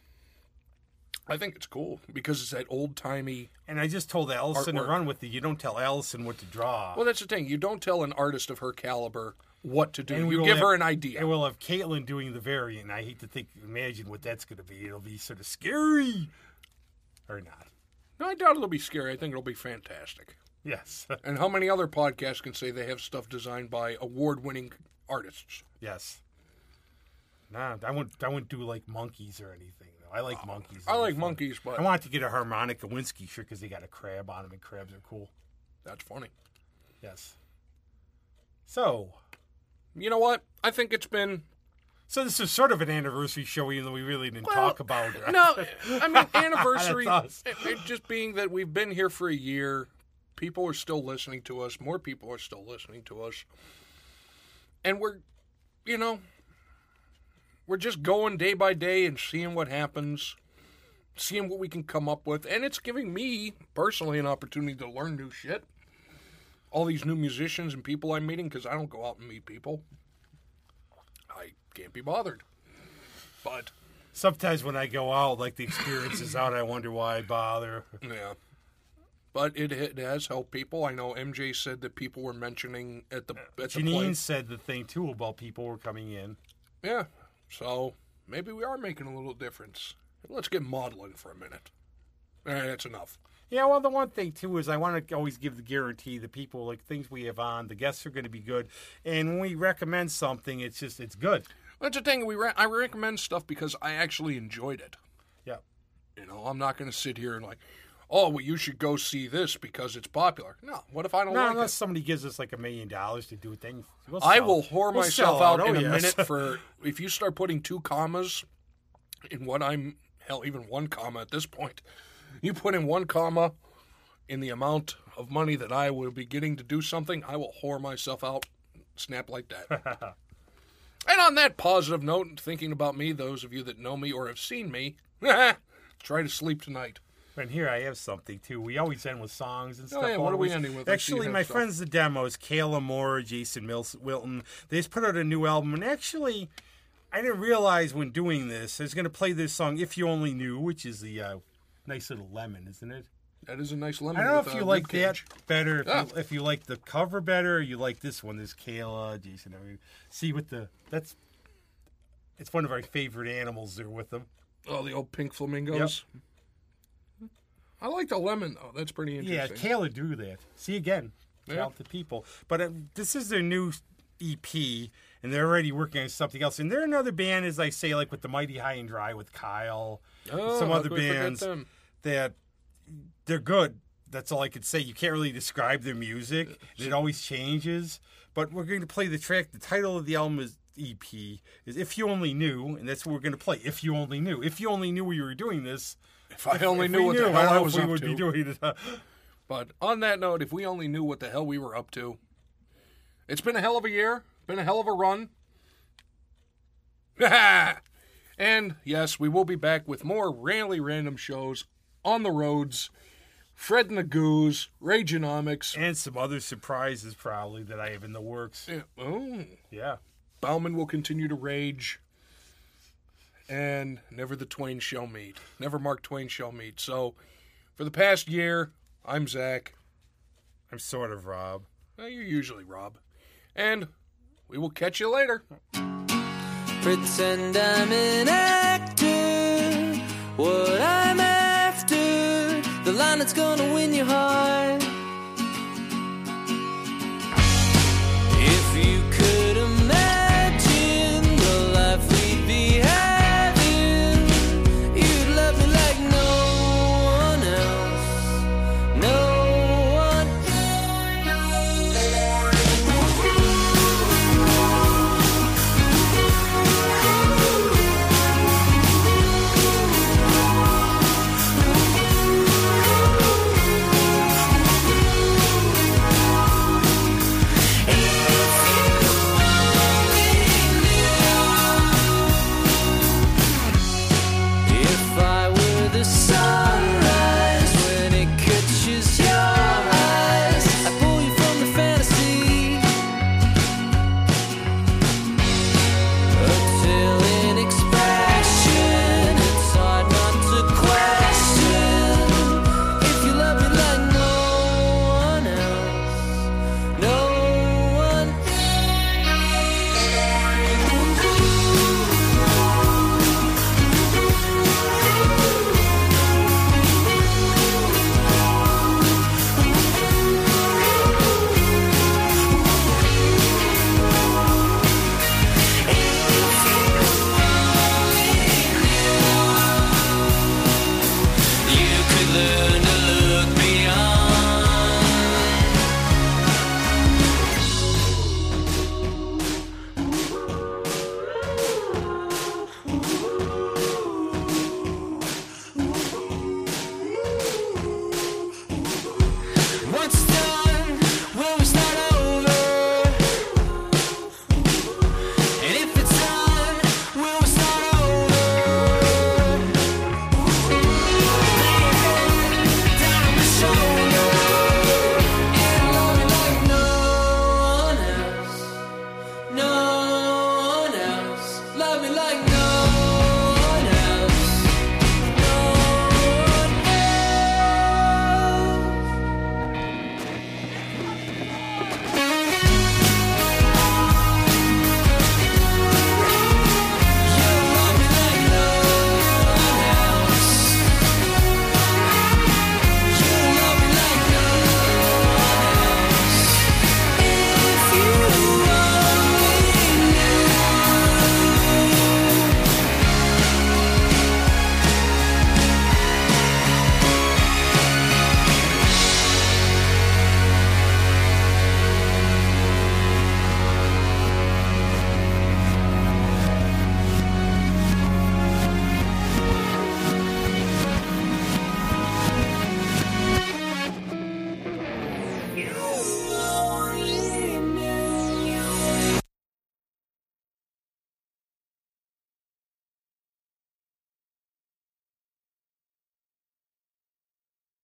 Speaker 1: I think it's cool because it's that old timey.
Speaker 2: And I just told Allison
Speaker 1: Artwork.
Speaker 2: to run with it. You don't tell Allison what to draw.
Speaker 1: Well, that's the thing. You don't tell an artist of her caliber what to do.
Speaker 2: And we
Speaker 1: you
Speaker 2: will
Speaker 1: give
Speaker 2: have-
Speaker 1: her an idea.
Speaker 2: And we'll have Caitlin doing the variant. I hate to think, imagine what that's going to be. It'll be sort of scary, or not.
Speaker 1: No, I doubt it'll be scary. I think it'll be fantastic.
Speaker 2: Yes,
Speaker 1: And how many other podcasts can say they have stuff designed by award-winning artists?
Speaker 2: yes. Nah, I wouldn't. I wouldn't do like monkeys or anything. Though I like monkeys.
Speaker 1: I
Speaker 2: They're
Speaker 1: like
Speaker 2: fun.
Speaker 1: monkeys, but
Speaker 2: I want to get a harmonic Lewinsky shirt because they got a crab on them, and crabs are cool.
Speaker 1: that's funny.
Speaker 2: Yes. So,
Speaker 1: You know what? I think it's been
Speaker 2: so this is sort of an anniversary show, even though we really didn't
Speaker 1: Well,
Speaker 2: talk about it.
Speaker 1: No, I mean anniversary.
Speaker 2: That's us.
Speaker 1: it, it just being that we've been here for a year, people are still listening to us. More people are still listening to us, and we're, you know, we're just going day by day and seeing what happens, seeing what we can come up with, and it's giving me personally an opportunity to learn new shit. All these new musicians and people I'm meeting because I don't go out and meet people. I can't be bothered, but.
Speaker 2: Sometimes when I go out, like the experience is out, I wonder why I bother.
Speaker 1: Yeah. But it, it has helped people. I know MJ said that people were mentioning at the at the
Speaker 2: Janine
Speaker 1: place.
Speaker 2: said the thing too about people were coming in.
Speaker 1: Yeah. So maybe we are making a little difference. Let's get modeling for a minute. All right, that's enough.
Speaker 2: Yeah, well, the one thing too is I want to always give the guarantee the people like things we have on, the guests are going to be good, and when we recommend something, it's just it's good.
Speaker 1: That's the thing. We re- I recommend stuff because I actually enjoyed it.
Speaker 2: Yeah,
Speaker 1: You know, I'm not going to sit here and like, oh, well, you should go see this because it's popular. No. What if I don't
Speaker 2: Not
Speaker 1: like
Speaker 2: unless
Speaker 1: it?
Speaker 2: somebody gives us like a million dollars to do a thing. We'll
Speaker 1: I
Speaker 2: sell-
Speaker 1: will whore
Speaker 2: we'll
Speaker 1: myself
Speaker 2: sell
Speaker 1: out
Speaker 2: Oh,
Speaker 1: in a
Speaker 2: yes.
Speaker 1: minute for if you start putting two commas in what I'm hell even one comma at this point. You put in one comma in the amount of money that I will be getting to do something, I will whore myself out, snap like that. and on that positive note, and thinking about me, those of you that know me or have seen me, try to sleep tonight.
Speaker 2: And here I have something too. We always end with songs and
Speaker 1: Oh,
Speaker 2: stuff.
Speaker 1: yeah, what are we
Speaker 2: always.
Speaker 1: ending with? I see you
Speaker 2: Actually,
Speaker 1: have
Speaker 2: my
Speaker 1: stuff.
Speaker 2: friends, the demos, Kayla Moore, Jason Mils- Wilton, they just put out a new album. And actually, I didn't realize when doing this, I was going to play this song, If You Only Knew, which is the uh, nice little lemon, isn't it?
Speaker 1: That is a nice lemon.
Speaker 2: I don't know
Speaker 1: with
Speaker 2: if
Speaker 1: a
Speaker 2: you like
Speaker 1: rib cage.
Speaker 2: that better, if,
Speaker 1: Ah.
Speaker 2: you, if you like the cover better, or you like this one. This Kayla, Jason. I mean, see with the that's it's one of our favorite animals. There with them.
Speaker 1: Oh, the old pink flamingos. I like the lemon though. That's pretty
Speaker 2: Yeah,
Speaker 1: interesting.
Speaker 2: Taylor drew that. See again,
Speaker 1: Yeah.
Speaker 2: talented people. But uh, this is their new EP, and they're already working on something else. And they're another band, as I say, like with the Mighty High and Dry with Kyle, and
Speaker 1: Oh,
Speaker 2: some
Speaker 1: how
Speaker 2: other
Speaker 1: could we forget
Speaker 2: bands
Speaker 1: them?
Speaker 2: that they're good. That's all I could say. You can't really describe their music.
Speaker 1: Uh,
Speaker 2: It always changes. But we're going to play the track. The title of the album is EP is If You Only Knew, and that's what we're going to play. If You Only Knew. If You Only Knew we were doing this,
Speaker 1: If I only
Speaker 2: if
Speaker 1: knew
Speaker 2: we
Speaker 1: what
Speaker 2: knew,
Speaker 1: the
Speaker 2: I
Speaker 1: hell
Speaker 2: don't
Speaker 1: I
Speaker 2: know if
Speaker 1: was
Speaker 2: we
Speaker 1: up
Speaker 2: would
Speaker 1: to.
Speaker 2: be doing it. uh,
Speaker 1: But on that note, if we only knew what the hell we were up to, it's been a hell of a year, been a hell of a run. and yes, we will be back with more really random shows on the roads. Fred and the Goose, Rageonomics.
Speaker 2: and some other surprises probably that I have in the works.
Speaker 1: Yeah, Oh,
Speaker 2: Yeah.
Speaker 1: Bauman will continue to rage. And never the twain shall meet. Never Mark Twain shall meet. So, for the past year, I'm Zach.
Speaker 2: I'm sort of Rob.
Speaker 1: Well, you're usually Rob. And we will catch you later.
Speaker 3: Pretend I'm an actor. What I'm after. The line that's gonna win your heart.